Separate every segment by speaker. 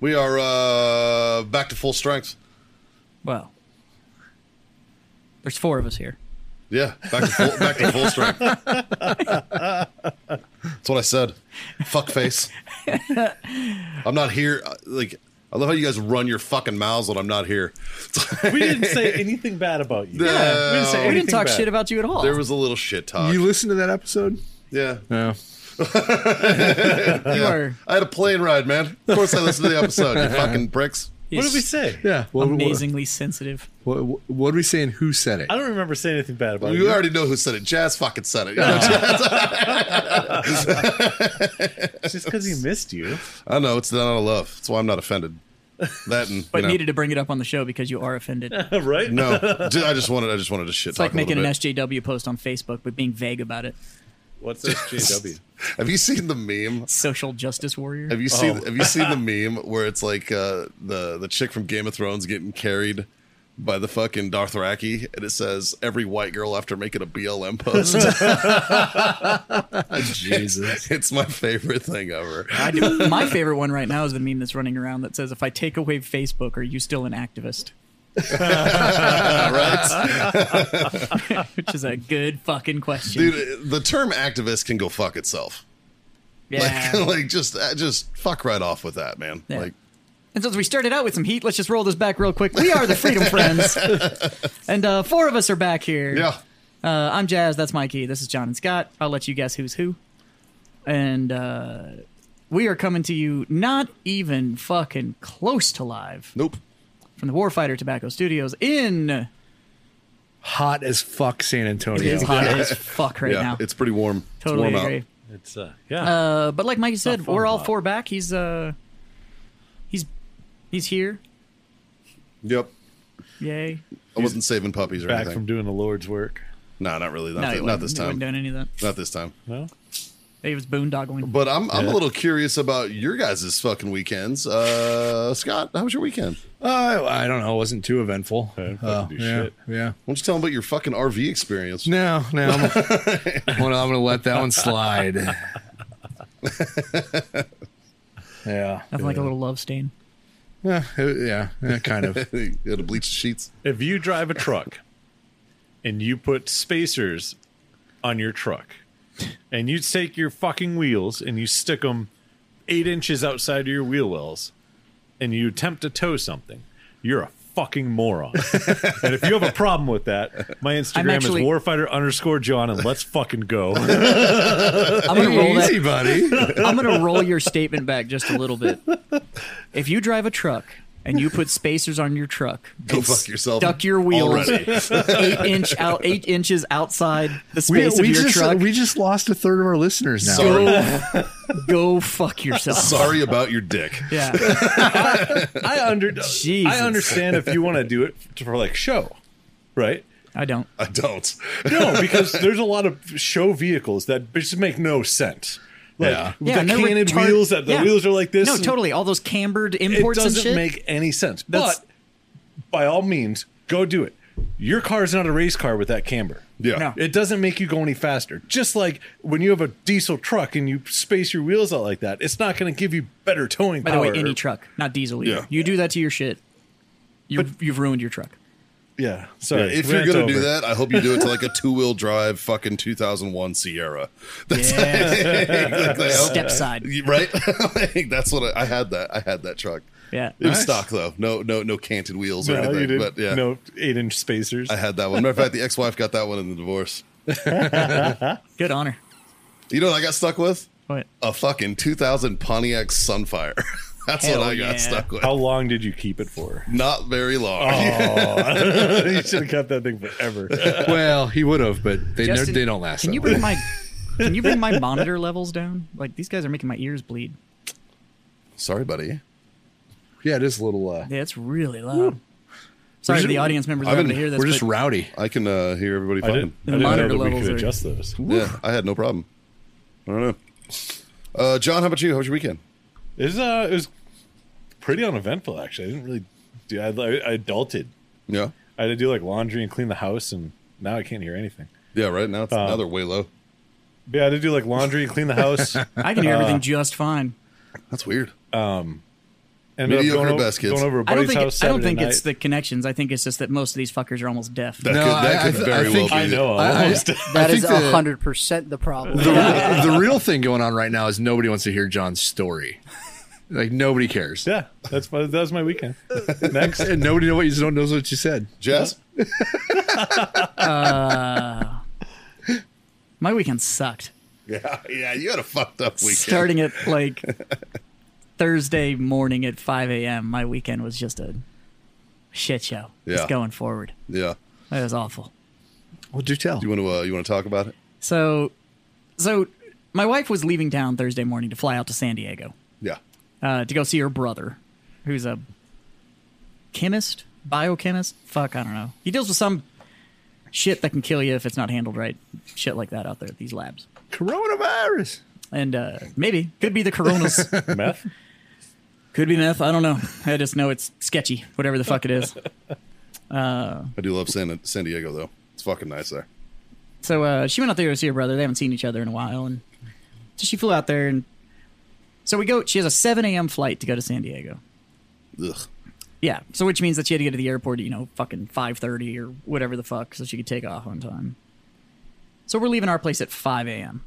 Speaker 1: we are uh, back to full strength.
Speaker 2: Well, there's four of us here.
Speaker 1: Yeah, back to full, back to full strength. That's what I said. Fuck face. I'm not here. uh, Like, I love how you guys run your fucking mouths when I'm not here.
Speaker 3: We didn't say anything bad about you.
Speaker 1: Yeah,
Speaker 3: we didn't say
Speaker 2: We
Speaker 3: anything
Speaker 2: didn't talk
Speaker 3: bad.
Speaker 2: shit about you at all.
Speaker 1: there was a little shit talk.
Speaker 4: You listened to that episode?
Speaker 1: yeah,
Speaker 4: No.
Speaker 2: you are
Speaker 1: I had a plane ride, man. Of course, I listened to the episode. You fucking pricks.
Speaker 3: What did we say?
Speaker 4: Yeah. What,
Speaker 2: amazingly sensitive.
Speaker 4: What, what, what did we say and who said it?
Speaker 3: I don't remember saying anything bad about
Speaker 1: You
Speaker 3: you.
Speaker 1: already know who said it. Jazz fucking said it. You know, Jazz-
Speaker 3: It's just because he missed you.
Speaker 1: I know it's not out of love. That's why I'm not offended. That and
Speaker 2: But
Speaker 1: you know,
Speaker 2: needed to bring it up on the show because you are offended. It's
Speaker 3: right?
Speaker 1: no, ju- I just wanted. I just wanted to shit talk
Speaker 2: like making
Speaker 1: a
Speaker 2: an
Speaker 1: little bit.
Speaker 2: SJW post on Facebook, but being vague about it.
Speaker 3: What's SJW?
Speaker 1: Have you seen the meme
Speaker 2: Social justice warrior.
Speaker 1: Have you seen
Speaker 2: Oh.
Speaker 1: Have you seen the meme where it's like uh, the the chick from Game of Thrones getting carried by the fucking Dothraki, and it says every white girl after making a BLM post.
Speaker 4: Jesus.
Speaker 1: it's my favorite thing ever.
Speaker 2: I do. My favorite one right now is the meme that's running around that says, "If I take away Facebook, are you still an activist?" Which is a good fucking question.
Speaker 1: Dude, the term activist can go fuck itself.
Speaker 2: yeah.
Speaker 1: Like, like just uh, just fuck right off with that, man.
Speaker 2: Yeah.
Speaker 1: Like
Speaker 2: And since we started out with some heat, let's just roll this back real quick. We are the Freedom Friends, and uh, four of us are back here.
Speaker 1: yeah.
Speaker 2: Uh, I'm Jazz. That's Mikey. This is John and Scott. I'll let you guess who's who. And uh, we are coming to you not even fucking close to live
Speaker 1: Nope.
Speaker 2: from the Warfighter Tobacco Studios in
Speaker 4: Hot as fuck San Antonio.
Speaker 2: is hot as fuck right
Speaker 1: yeah,
Speaker 2: now.
Speaker 1: it's pretty warm. It's
Speaker 2: totally
Speaker 1: warm
Speaker 2: agree.
Speaker 1: out.
Speaker 3: It's uh, yeah.
Speaker 2: Uh, but like Mikey said,
Speaker 3: not fun
Speaker 2: we're all
Speaker 3: hot.
Speaker 2: four back. He's uh, he's he's here.
Speaker 1: Yep.
Speaker 2: Yay!
Speaker 1: I wasn't saving puppies or
Speaker 3: Back from
Speaker 1: anything.
Speaker 3: doing the Lord's work.
Speaker 1: No, not really. Not,
Speaker 2: he
Speaker 1: thi- not
Speaker 2: wasn't-
Speaker 1: this
Speaker 2: he wasn't
Speaker 1: time.
Speaker 2: doing any of that.
Speaker 1: Not this time.
Speaker 3: No.
Speaker 2: He was boondoggling.
Speaker 1: But I'm I'm a little curious about your guys' fucking weekends. Uh, Scott, how was your weekend?
Speaker 4: Uh, I don't know. It wasn't too eventful.
Speaker 3: didn't fucking
Speaker 4: Uh,
Speaker 3: do
Speaker 4: yeah,
Speaker 3: shit.
Speaker 4: yeah.
Speaker 1: Why don't you tell them about your fucking RV experience?
Speaker 4: No, no. I'm, I'm gonna, I'm gonna let that one slide. yeah.
Speaker 2: Nothing like a little love stain.
Speaker 4: Yeah, it- yeah, yeah, kind of.
Speaker 1: you had to bleach the sheets.
Speaker 3: If you drive a truck and you put spacers on your truck, and you take your fucking wheels and you stick them eight inches outside of your wheel wells, and you attempt to tow something, you're a fucking moron. and if you have a problem with that, my Instagram
Speaker 2: actually-
Speaker 3: is warfighter underscore John, and let's fucking go.
Speaker 2: I'm gonna roll that.
Speaker 4: Easy, buddy.
Speaker 2: I'm gonna roll your statement back just a little bit. If you drive a truck and you put spacers on your truck,
Speaker 1: Go
Speaker 2: and
Speaker 1: fuck yourself.
Speaker 2: Duck your wheels
Speaker 1: Already.
Speaker 2: eight inch out, eight inches outside the
Speaker 4: We,
Speaker 2: space
Speaker 4: we
Speaker 2: of your
Speaker 4: just
Speaker 2: truck.
Speaker 4: we just lost a third of our listeners now.
Speaker 1: Sorry,
Speaker 2: Go fuck yourself.
Speaker 1: sorry about your dick.
Speaker 2: Yeah,
Speaker 3: I under
Speaker 2: Jesus.
Speaker 3: I understand if you want to do it for like show, right?
Speaker 2: I don't.
Speaker 1: I don't.
Speaker 3: No, because there's a lot of show vehicles that just make no sense. Like
Speaker 1: Yeah.
Speaker 3: with
Speaker 2: yeah, and
Speaker 3: the
Speaker 2: they're
Speaker 3: canted
Speaker 2: retard-
Speaker 3: wheels that the
Speaker 2: yeah.
Speaker 3: wheels are like this.
Speaker 2: No,
Speaker 3: and
Speaker 2: totally. All those cambered
Speaker 3: It
Speaker 2: imports and
Speaker 3: doesn't
Speaker 2: shit.
Speaker 3: make any sense.
Speaker 2: That's-
Speaker 3: but by all means, go do it. Your car is not a race car with that camber.
Speaker 1: Yeah.
Speaker 2: No.
Speaker 3: It doesn't make you go any faster. Just like when you have a diesel truck and you space your wheels out like that, it's not going to give you better towing
Speaker 2: By the
Speaker 3: power.
Speaker 2: way, any truck, not diesel. Either.
Speaker 1: Yeah.
Speaker 2: You do that to your shit. You, you've ruined your truck.
Speaker 3: Yeah, sorry.
Speaker 1: If you're gonna
Speaker 3: rant
Speaker 1: do
Speaker 3: over.
Speaker 1: that, I hope you do it to like a two wheel drive fucking 2001 Sierra. That's like, I hope-
Speaker 2: Step side.
Speaker 1: Right? Like, that's what I, I had. That I had that truck.
Speaker 2: Yeah.
Speaker 1: It was
Speaker 4: Nice.
Speaker 1: stock though. No, no, no canted wheels or
Speaker 3: No, you
Speaker 1: anything.
Speaker 3: did
Speaker 1: But yeah,
Speaker 3: no eight-inch spacers.
Speaker 1: I had that one. Matter of fact, the ex-wife got that one in the divorce.
Speaker 2: Good honor.
Speaker 1: You know what I got stuck with?
Speaker 2: What?
Speaker 1: A fucking 2000 Pontiac Sunfire. That's
Speaker 2: Hell
Speaker 1: what I got
Speaker 2: yeah.
Speaker 1: stuck with.
Speaker 3: How Oh. long did you keep it for?
Speaker 1: Not very long.
Speaker 3: you should have kept that thing forever.
Speaker 4: Well, he would have, but they
Speaker 2: Justin,
Speaker 4: no, they don't last.
Speaker 2: Can
Speaker 4: that
Speaker 2: you
Speaker 4: long.
Speaker 2: bring my Can you bring my monitor levels down? Like these guys are making my ears bleed.
Speaker 1: Sorry, buddy.
Speaker 4: Yeah, it is a little. Uh,
Speaker 2: Yeah, it's really loud. Sorry,
Speaker 1: We're
Speaker 2: to the
Speaker 1: just-
Speaker 2: audience members
Speaker 1: I've
Speaker 2: are going to
Speaker 1: been-
Speaker 2: hear this.
Speaker 4: we're just
Speaker 2: but
Speaker 4: rowdy.
Speaker 1: I can uh, hear everybody
Speaker 3: I
Speaker 1: fucking.
Speaker 3: didn't, I
Speaker 2: The
Speaker 3: didn't know
Speaker 2: monitor
Speaker 3: that we
Speaker 2: levels
Speaker 3: could
Speaker 2: are-
Speaker 3: adjust those.
Speaker 1: Yeah, I had no problem. I don't know. Uh, John, how about you? How was your weekend?
Speaker 3: It was, uh, it was pretty uneventful, actually. I didn't really do. I, I, I adulted.
Speaker 1: Yeah,
Speaker 3: I had to do like laundry and clean the house, and now I can't hear anything.
Speaker 1: yeah. Right now, it's,
Speaker 3: Uh,
Speaker 1: now they're way low.
Speaker 3: But yeah, I had to do like laundry and clean the house.
Speaker 2: I can hear everything just fine.
Speaker 1: That's weird.
Speaker 3: Ended
Speaker 1: Mediocre
Speaker 3: going, o-
Speaker 1: best, kids.
Speaker 3: going over a
Speaker 2: I don't
Speaker 3: buddy's
Speaker 2: think
Speaker 3: house.
Speaker 2: I don't
Speaker 3: Saturday
Speaker 2: think it's the
Speaker 3: night.
Speaker 2: connections. I think it's just that most of these fuckers are almost deaf.
Speaker 1: That could, that could
Speaker 4: th-
Speaker 1: very well
Speaker 4: think-
Speaker 1: be.
Speaker 3: I know.
Speaker 4: I- I-
Speaker 3: almost.
Speaker 5: That
Speaker 4: I
Speaker 5: is
Speaker 4: think the-
Speaker 5: hundred percent the problem.
Speaker 4: the, the real thing going on right now is nobody wants to hear John's story. Like nobody cares.
Speaker 3: yeah, that's my, that was my weekend. Next.
Speaker 4: And nobody know what you don't knows what you said.
Speaker 1: Jess,
Speaker 2: My weekend sucked.
Speaker 1: yeah, yeah. You had a fucked up weekend.
Speaker 2: Starting at like Thursday morning at 5 a.m. My weekend was just a shit show.
Speaker 1: Yeah.
Speaker 2: Just going forward.
Speaker 1: Yeah.
Speaker 2: It was awful.
Speaker 4: Well, do tell.
Speaker 1: You want to? Uh, you want to talk about it?
Speaker 2: So, so my wife was leaving town Thursday morning to fly out to San Diego
Speaker 1: Yeah.
Speaker 2: uh, to go see her brother, who's a chemist, biochemist. Fuck, I don't know. He deals with some shit that can kill you if it's not handled right. Shit like that out there at these labs.
Speaker 4: Coronavirus.
Speaker 2: And uh, maybe could be the coronas.
Speaker 3: Meth?
Speaker 2: Could be meth. I don't know. I just know it's sketchy, whatever the fuck it is.
Speaker 1: I do love San San Diego though. It's fucking nice there.
Speaker 2: So uh, she went out there to see her brother. They haven't seen each other in a while, and so she flew out there. And so we go. She has a seven a.m. flight to go to San Diego.
Speaker 1: Ugh.
Speaker 2: Yeah. So which means that she had to get to the airport, at, you know, fucking five thirty or whatever the fuck, so she could take off on time. So we're leaving our place at five a.m.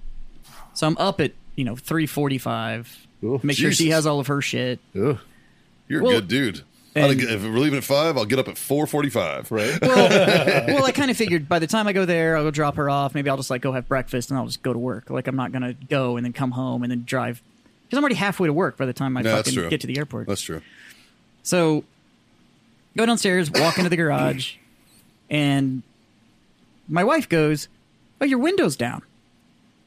Speaker 2: So I'm up at you know three forty-five.
Speaker 4: Oh,
Speaker 2: Make sure she
Speaker 1: Jesus.
Speaker 2: has all of her shit.
Speaker 4: Ugh.
Speaker 1: You're
Speaker 2: Well,
Speaker 1: a good dude. I'd
Speaker 2: and-
Speaker 1: get- if we're leaving at five, I'll get up at four forty-five. Right.
Speaker 2: well, well, I kind of figured by the time I go there, I'll go drop her off. Maybe I'll just like go have breakfast and I'll just go to work. Like I'm not gonna go and then come home and then drive because I'm already halfway to work by the time I
Speaker 1: No, that's
Speaker 2: fucking
Speaker 1: true.
Speaker 2: get to the airport.
Speaker 1: That's true.
Speaker 2: so go downstairs, walk into the garage, and my wife goes, "Oh, your window's down,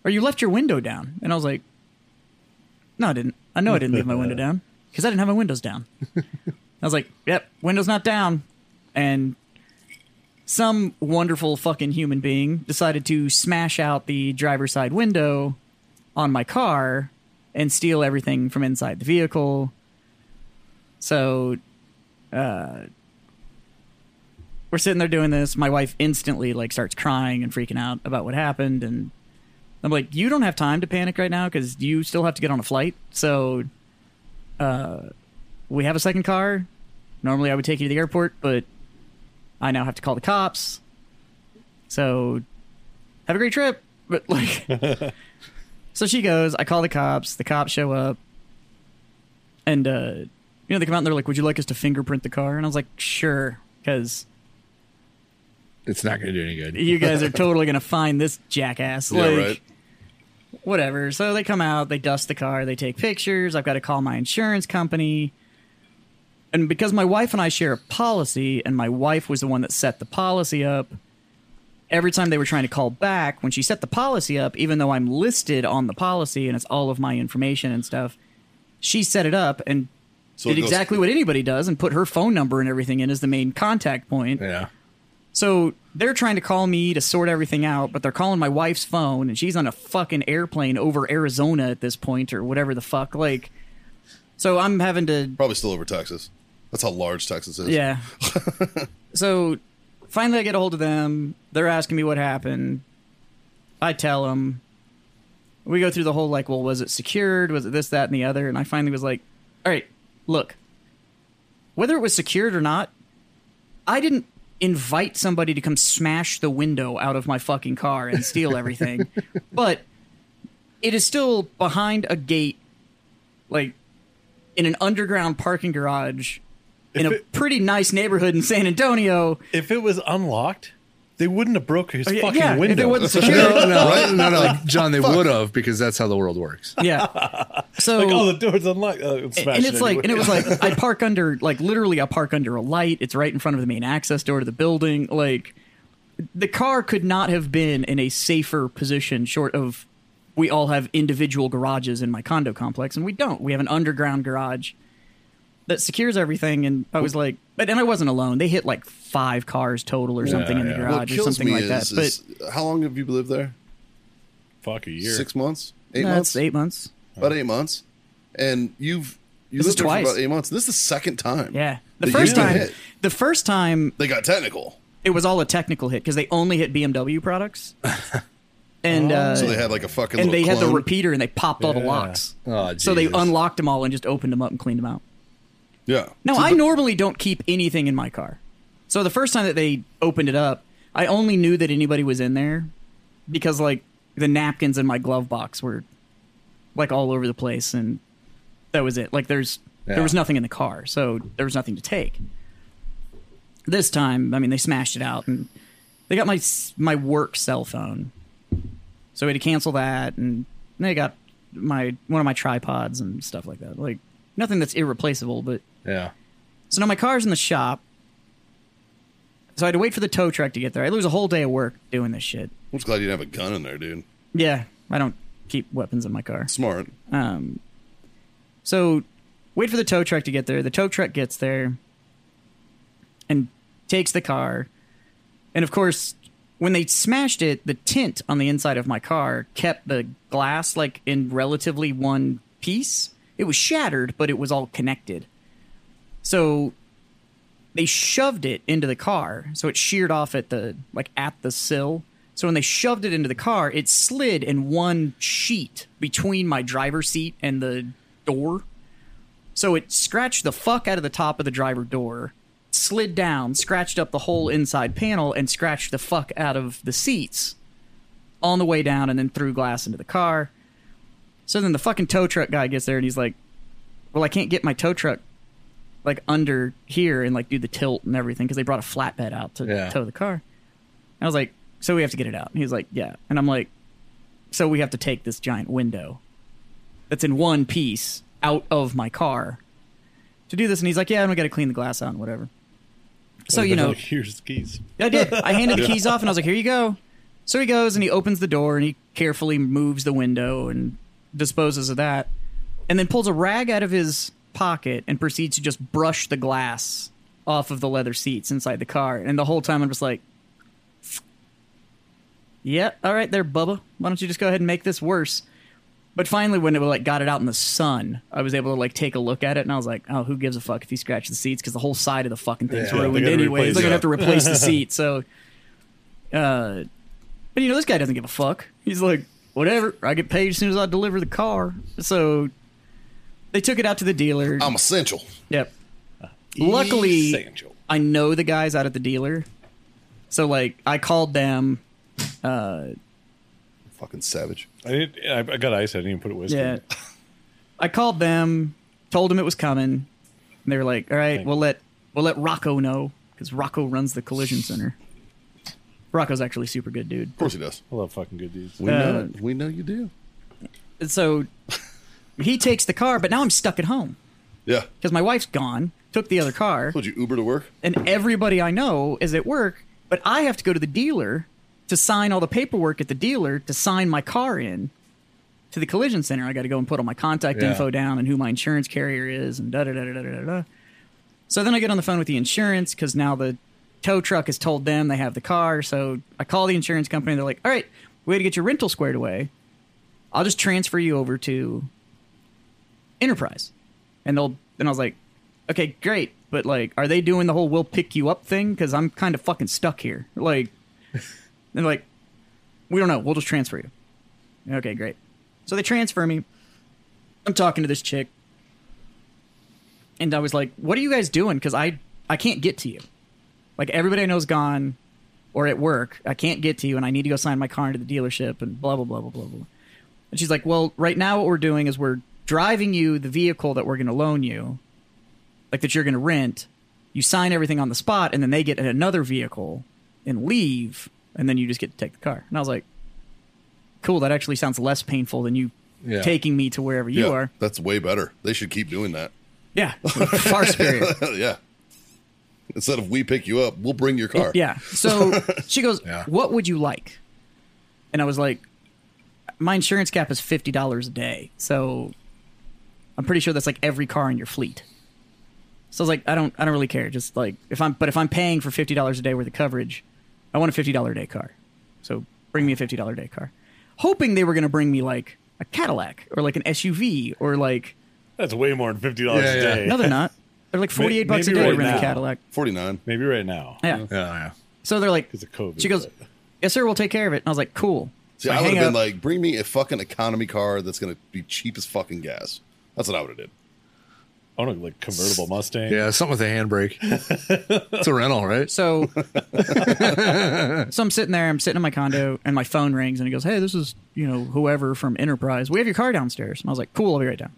Speaker 2: or you left your window down." And I was like, "No, I didn't. I know I didn't leave my window down because I didn't have my windows down." I was like, "Yep, window's not down," and some wonderful fucking human being decided to smash out the driver's side window on my car and steal everything from inside the vehicle. So, uh, we're sitting there doing this. My wife instantly like starts crying and freaking out about what happened, and I'm like, "You don't have time to panic right now because you still have to get on a flight." So, uh, we have a second car. Normally, I would take you to the airport, but I now have to call the cops. So, have a great trip. But like, so she goes. I call the cops. The cops show up, and uh, you know they come out and they're like, "Would you like us to fingerprint the car?" And I was like, "Sure," because
Speaker 4: It's not going to do any good.
Speaker 2: you guys are totally gonna find this jackass.
Speaker 1: Yeah,
Speaker 2: like,
Speaker 1: right.
Speaker 2: whatever. So they come out, they dust the car, they take pictures. I've got to call my insurance company. And because my wife and I share a policy, and my wife was the one that set the policy up, every time they were trying to call back, when she set the policy up, even though I'm listed on the policy and it's all of my information and stuff, she set it up and
Speaker 1: So
Speaker 2: did
Speaker 1: it goes-
Speaker 2: exactly what anybody does and put her phone number and everything in as the main contact point.
Speaker 4: Yeah.
Speaker 2: So they're trying to call me to sort everything out, but they're calling my wife's phone, and she's on a fucking airplane over Arizona at this point, or whatever the fuck. Like, so I'm having to,
Speaker 1: Probably still over Texas. That's how large Texas is.
Speaker 2: yeah. so finally, I get a hold of them. They're asking me what happened. I tell them. We go through the whole like, well, was it secured? Was it this, that, and the other? And I finally was like, all right, look, whether it was secured or not, I didn't invite somebody to come smash the window out of my fucking car and steal everything. but it is still behind a gate, like in an underground parking garage in a pretty nice neighborhood in San Antonio.
Speaker 3: If it was unlocked, they wouldn't have broke his
Speaker 2: Oh, yeah,
Speaker 3: fucking
Speaker 2: yeah, if it
Speaker 3: window.
Speaker 2: wasn't
Speaker 4: No,
Speaker 2: secure-
Speaker 4: no, no, no, no, John. They would have because that's how the world works.
Speaker 2: yeah. So
Speaker 3: like, oh, the door's unlocked. Uh, it's
Speaker 2: and it's like and it was like I park under like literally I park under a light. It's right in front of the main access door to the building. Like the car could not have been in a safer position short of we all have individual garages in my condo complex and we don't. We have an underground garage that secures everything. And I was like, but and I wasn't alone. They hit like five cars total or something in the
Speaker 3: yeah.
Speaker 1: What
Speaker 2: garage or
Speaker 1: kills
Speaker 2: uh, something
Speaker 1: me
Speaker 2: like
Speaker 1: is,
Speaker 2: that.
Speaker 1: is how long have you lived there?
Speaker 3: Fuck a year.
Speaker 1: Six months?
Speaker 2: but
Speaker 1: Eight
Speaker 2: that's
Speaker 1: months?
Speaker 2: eight months.
Speaker 1: About eight months. And you've you
Speaker 2: This
Speaker 1: lived
Speaker 2: is
Speaker 1: there for
Speaker 2: twice.
Speaker 1: about eight months. This is the second time.
Speaker 2: Yeah, the
Speaker 1: that
Speaker 2: first
Speaker 1: you've been
Speaker 2: time,
Speaker 1: hit.
Speaker 2: the first time
Speaker 1: they got technical.
Speaker 2: it was all a technical hit because they only hit BMW products, and uh,
Speaker 1: Oh. So they had like a fucking
Speaker 2: and
Speaker 1: little
Speaker 2: they had the
Speaker 1: clone.
Speaker 2: repeater and they popped all the
Speaker 3: Yeah.
Speaker 2: locks.
Speaker 4: Oh,
Speaker 2: so they
Speaker 4: Jesus.
Speaker 2: unlocked them all and just opened them up and cleaned them out.
Speaker 1: Yeah.
Speaker 2: No,
Speaker 1: So
Speaker 2: I
Speaker 1: the-
Speaker 2: normally don't keep anything in my car. So the first time that they opened it up, I only knew that anybody was in there because like the napkins in my glove box were like all over the place and that was it. Like there's
Speaker 4: Yeah.
Speaker 2: there was nothing in the car, so there was nothing to take. This time, I mean, they smashed it out and they got my s- my work cell phone. So we had to cancel that and they got my one of my tripods and stuff like that. Like nothing that's irreplaceable, but
Speaker 4: Yeah.
Speaker 2: so now my car's in the shop. So I had to wait for the tow truck to get there. I lose a whole day of work doing this shit.
Speaker 1: I'm just glad you didn't have a gun in there, dude.
Speaker 2: Yeah, I don't keep weapons in my car.
Speaker 1: Smart.
Speaker 2: Uh-huh. So wait for the tow truck to get there. The tow truck gets there and takes the car. And of course, when they smashed it, the tint on the inside of my car kept the glass like in relatively one piece. It was shattered, but it was all connected. So they shoved it into the car, so it sheared off at the like at the sill. So when they shoved it into the car, it slid in one sheet between my driver's seat and the door. So it scratched the fuck out of the top of the driver door, slid down, scratched up the whole inside panel, and scratched the fuck out of the seats on the way down, and then threw glass into the car. So then the fucking tow truck guy gets there and he's like, "Well, I can't get my tow truck like under here and like do the tilt and everything because they brought a flatbed out to
Speaker 4: Yeah.
Speaker 2: tow the car." And I was like, "So we have to get it out." And he's like, "Yeah," and I'm like, "So we have to take this giant window that's in one piece out of my car to do this." And he's like, "Yeah, and we got to clean the glass out and whatever." So you know,
Speaker 3: here's the keys.
Speaker 2: I did. I handed the keys off and I was like, here you go. So he goes and he opens the door and he carefully moves the window and disposes of that and then pulls a rag out of his pocket and proceeds to just brush the glass off of the leather seats inside the car. And the whole time I'm just like, yeah, all right there, Bubba. Why don't you just go ahead and make this worse? But finally, when it like got it out in the sun, I was able to like take a look at it, and I was like, "Oh, who gives a fuck if he scratched the seats? Because the whole side of the fucking thing's
Speaker 3: Yeah, they
Speaker 2: ruined
Speaker 3: gotta
Speaker 2: anyways.
Speaker 3: replace
Speaker 2: They're gonna
Speaker 3: it.
Speaker 2: have to replace the seat." So, uh, but you know, this guy doesn't give a fuck. He's like, "Whatever, I get paid as soon as I deliver the car." So they took it out to the dealer.
Speaker 3: Um,
Speaker 1: I'm essential.
Speaker 2: Yep. Luckily,
Speaker 3: Essential.
Speaker 2: I know the guys out at the dealer, so like I called them.
Speaker 1: Fucking savage.
Speaker 3: I, didn't, I I got ice. I didn't even put it whiskey.
Speaker 2: Yeah, I called them, told them it was coming, and they were like, "All right,
Speaker 3: Thank
Speaker 2: we'll
Speaker 3: you.
Speaker 2: let we'll let Rocco know because Rocco runs the collision center." Rocco's actually super good dude.
Speaker 1: Of course he does.
Speaker 3: I love fucking good dudes.
Speaker 1: We
Speaker 2: Uh,
Speaker 1: know. it. We know you do.
Speaker 2: And so he takes the car, but now I'm stuck at home
Speaker 1: Yeah.
Speaker 2: because my wife's gone. Took the other car.
Speaker 1: Would you Uber to work?
Speaker 2: and everybody I know is at work, but I have to go to the dealer to sign all the paperwork at the dealer to sign my car in to the collision center. I got to go and put all my contact
Speaker 4: Yeah.
Speaker 2: info down and who my insurance carrier is and da da da da da da da. So then I get on the phone with the insurance because now the tow truck has told them they have the car. So I call the insurance company. They're like, "All right, we had to get your rental squared away. I'll just transfer you over to Enterprise." And they'll and I was like, okay, great, but like, are they doing the whole "we'll pick you up" thing? Because I'm kind of fucking stuck here. Like, they're like, we don't know. We'll just transfer you. Okay, great. So they transfer me. I'm talking to this chick, and I was like, "What are you guys doing?" Because I I can't get to you. Like everybody I know's gone or at work. I can't get to you, and I need to go sign my car into the dealership and blah blah blah blah blah blah. And she's like, "Well, right now what we're doing is we're driving you the vehicle that we're going to loan you, like that you're going to rent. You sign everything on the spot, and then they get in another vehicle and leave, and then you just get to take the car." And I was like, "Cool, that actually sounds less painful than you
Speaker 4: Yeah.
Speaker 2: taking me to wherever you
Speaker 1: yeah.
Speaker 2: are."
Speaker 1: That's way better. They should keep doing that.
Speaker 2: Yeah, far superior.
Speaker 1: yeah. Instead of we pick you up, we'll bring your car.
Speaker 2: Yeah. So she goes,
Speaker 4: Yeah.
Speaker 2: "What would you like?" And I was like, "My insurance cap is fifty dollars a day, so I'm pretty sure that's like every car in your fleet." So I was like, I don't, I don't really care. Just like if I'm, but if I'm paying for fifty dollars a day worth of coverage, I want a fifty dollar a day car. So bring me a fifty dollar a day car, hoping they were going to bring me like a Cadillac or like an SUV or like
Speaker 3: That's way more than fifty dollars
Speaker 4: Yeah,
Speaker 3: a
Speaker 4: yeah.
Speaker 3: day.
Speaker 2: no, they're not. They're like forty eight bucks a
Speaker 3: maybe
Speaker 2: day to
Speaker 3: right
Speaker 2: rent
Speaker 3: now.
Speaker 2: a Cadillac.
Speaker 1: 49.
Speaker 3: Maybe right now.
Speaker 2: Yeah.
Speaker 4: Yeah, yeah.
Speaker 2: So they're like,
Speaker 3: 'Cause of COVID,
Speaker 2: She goes,
Speaker 3: but-
Speaker 2: yes, sir, we'll take care of it. And I was like, cool.
Speaker 1: See,
Speaker 2: So
Speaker 1: I would
Speaker 2: hang
Speaker 1: have been
Speaker 2: up.
Speaker 1: like, bring me a fucking economy car that's going to be cheap as fucking gas. That's what I would have did.
Speaker 3: I want a like convertible Mustang.
Speaker 4: Yeah, something with a handbrake. it's a rental, right?
Speaker 2: So, so I'm sitting there. I'm sitting in my condo, and my phone rings, and he goes, "Hey, this is you know whoever from Enterprise. We have your car downstairs." And I was like, "Cool, I'll be right down."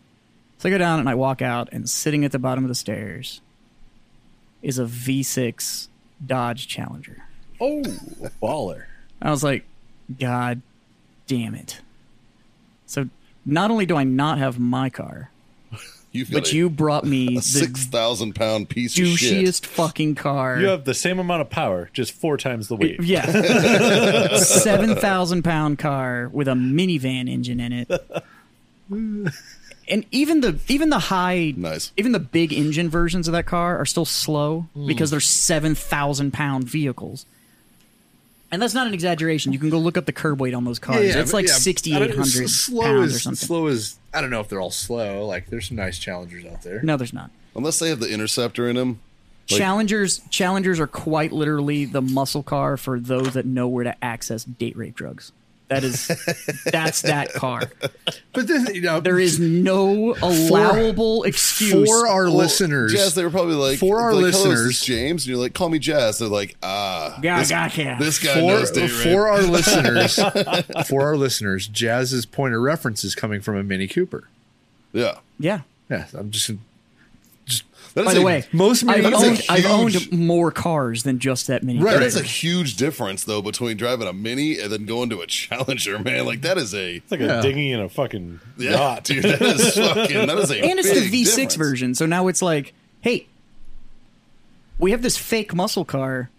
Speaker 2: So I go down and I walk out, and sitting at the bottom of the stairs is a V6 Dodge Challenger.
Speaker 3: Oh, baller.
Speaker 2: I was like, "God damn it!" So not only do I not have my car,
Speaker 1: You've got
Speaker 2: but
Speaker 1: a,
Speaker 2: you brought me
Speaker 1: a six
Speaker 2: the
Speaker 1: thousand pound piece of shit.
Speaker 2: douchiest fucking car.
Speaker 3: You have the same amount of power, just four times the weight.
Speaker 2: Yeah. 7,000 pound car with a minivan engine in it. And even the even the high
Speaker 1: Nice.
Speaker 2: even the big engine versions of that car are still slow
Speaker 4: Hmm.
Speaker 2: because they're 7,000 pound vehicles. And that's not an exaggeration. You can go look up the curb weight on those cars.
Speaker 4: but-
Speaker 2: it's like
Speaker 4: yeah, I don't-
Speaker 2: 6,800
Speaker 4: s- slow
Speaker 2: pounds
Speaker 4: is-
Speaker 2: or something.
Speaker 4: Slow is. I don't know if they're all slow. Like, there's some nice challengers out there.
Speaker 2: No, there's not.
Speaker 1: Unless they have the interceptor in them. Like-
Speaker 2: Challengers Challengers are quite literally the muscle car for those that know where to access date rape drugs. That is that's that car.
Speaker 4: But then, you know,
Speaker 2: There is no allowable excuse.
Speaker 4: for our listeners.
Speaker 1: Jazz, they were probably like
Speaker 4: For our
Speaker 1: like, "Hello, is this
Speaker 4: listeners-
Speaker 1: James, and you're like, call me Jazz. They're like, ah,
Speaker 2: Yeah,
Speaker 1: this,
Speaker 2: gotcha.
Speaker 1: this guy
Speaker 4: for,
Speaker 1: knows date rape.
Speaker 4: for our listeners, for our listeners, Jazz's point of reference is coming from a Mini Cooper.
Speaker 1: yeah.
Speaker 2: yeah.
Speaker 4: Yeah, I'm just
Speaker 1: That
Speaker 2: By
Speaker 1: is
Speaker 2: the
Speaker 1: a-
Speaker 2: way,
Speaker 4: most
Speaker 2: I've
Speaker 4: Mini
Speaker 1: That's a
Speaker 2: owned, I've
Speaker 1: huge-
Speaker 2: owned more cars than just that many.
Speaker 4: Right.
Speaker 1: that
Speaker 2: cars.
Speaker 1: is a huge difference though between driving a mini and then going to a Challenger, man. Like that is a
Speaker 3: It's like
Speaker 4: Yeah.
Speaker 3: a dinghy and a fucking
Speaker 1: yeah,
Speaker 3: yacht.
Speaker 1: dude. That is fucking. That is a
Speaker 2: And it's the
Speaker 1: big
Speaker 2: V6
Speaker 1: difference.
Speaker 2: version. So now it's like, hey, we have this fake muscle car,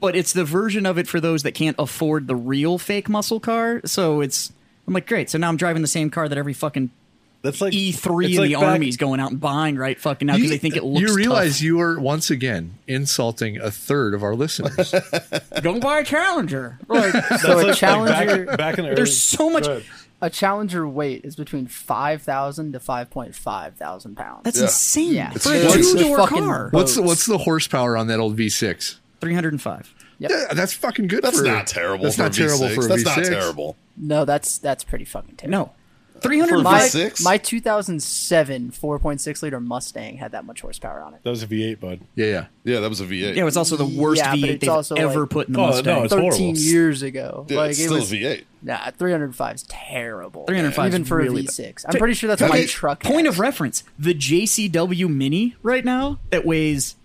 Speaker 2: but it's the version of it for those that can't afford the real fake muscle car. So it's, I'm like, great. So now I'm driving the same car that every fucking
Speaker 3: That's like
Speaker 2: E3
Speaker 3: it's
Speaker 2: E in
Speaker 3: like
Speaker 2: the
Speaker 3: back-
Speaker 2: army's going out and buying right fucking now because they think it looks.
Speaker 4: You realize
Speaker 2: tough.
Speaker 4: you are once again insulting a third of our listeners.
Speaker 2: go buy a Challenger. Like,
Speaker 5: So a
Speaker 3: Like
Speaker 5: challenger,
Speaker 3: back, back in the early-
Speaker 2: there's so much.
Speaker 3: Go ahead.
Speaker 5: a challenger weight is between five thousand to five point five thousand pounds.
Speaker 2: That's
Speaker 1: Yeah.
Speaker 2: insane
Speaker 5: Yeah.
Speaker 2: for a
Speaker 5: It's
Speaker 2: two
Speaker 5: huge.
Speaker 2: door
Speaker 5: Fucking-
Speaker 2: car.
Speaker 4: what's the, what's the horsepower on that old V6?
Speaker 2: 305.
Speaker 4: Yeah, that's fucking good.
Speaker 1: That's
Speaker 4: for-
Speaker 1: not terrible.
Speaker 4: That's
Speaker 1: for
Speaker 4: not
Speaker 1: a
Speaker 4: terrible
Speaker 1: V6.
Speaker 4: for a
Speaker 1: That's
Speaker 4: V6.
Speaker 1: not terrible.
Speaker 5: no, that's that's pretty fucking terrible.
Speaker 2: No, 305.
Speaker 5: my
Speaker 1: V6?
Speaker 5: my 2007 4.6 liter Mustang had that much horsepower on it.
Speaker 3: That was a V8, bud.
Speaker 4: Yeah, yeah.
Speaker 1: Yeah, that was a V8.
Speaker 2: Yeah, it's also the worst
Speaker 5: Yeah, but
Speaker 2: V8
Speaker 5: it's
Speaker 2: they've
Speaker 5: also,
Speaker 2: ever
Speaker 5: like-
Speaker 2: put in the
Speaker 3: Oh, no,
Speaker 2: Mustang.
Speaker 3: it's-
Speaker 5: 13
Speaker 3: horrible.
Speaker 5: years ago.
Speaker 1: Yeah,
Speaker 5: like
Speaker 1: it's
Speaker 5: it
Speaker 1: still
Speaker 5: was
Speaker 1: a V8.
Speaker 5: Nah, 305 is terrible.
Speaker 2: 305
Speaker 5: even
Speaker 2: is
Speaker 5: for
Speaker 2: really
Speaker 5: a V6. I'm pretty sure that's what my
Speaker 2: Okay,
Speaker 5: truck.
Speaker 2: Point
Speaker 5: has.
Speaker 2: of reference: the JCW Mini right now that weighs,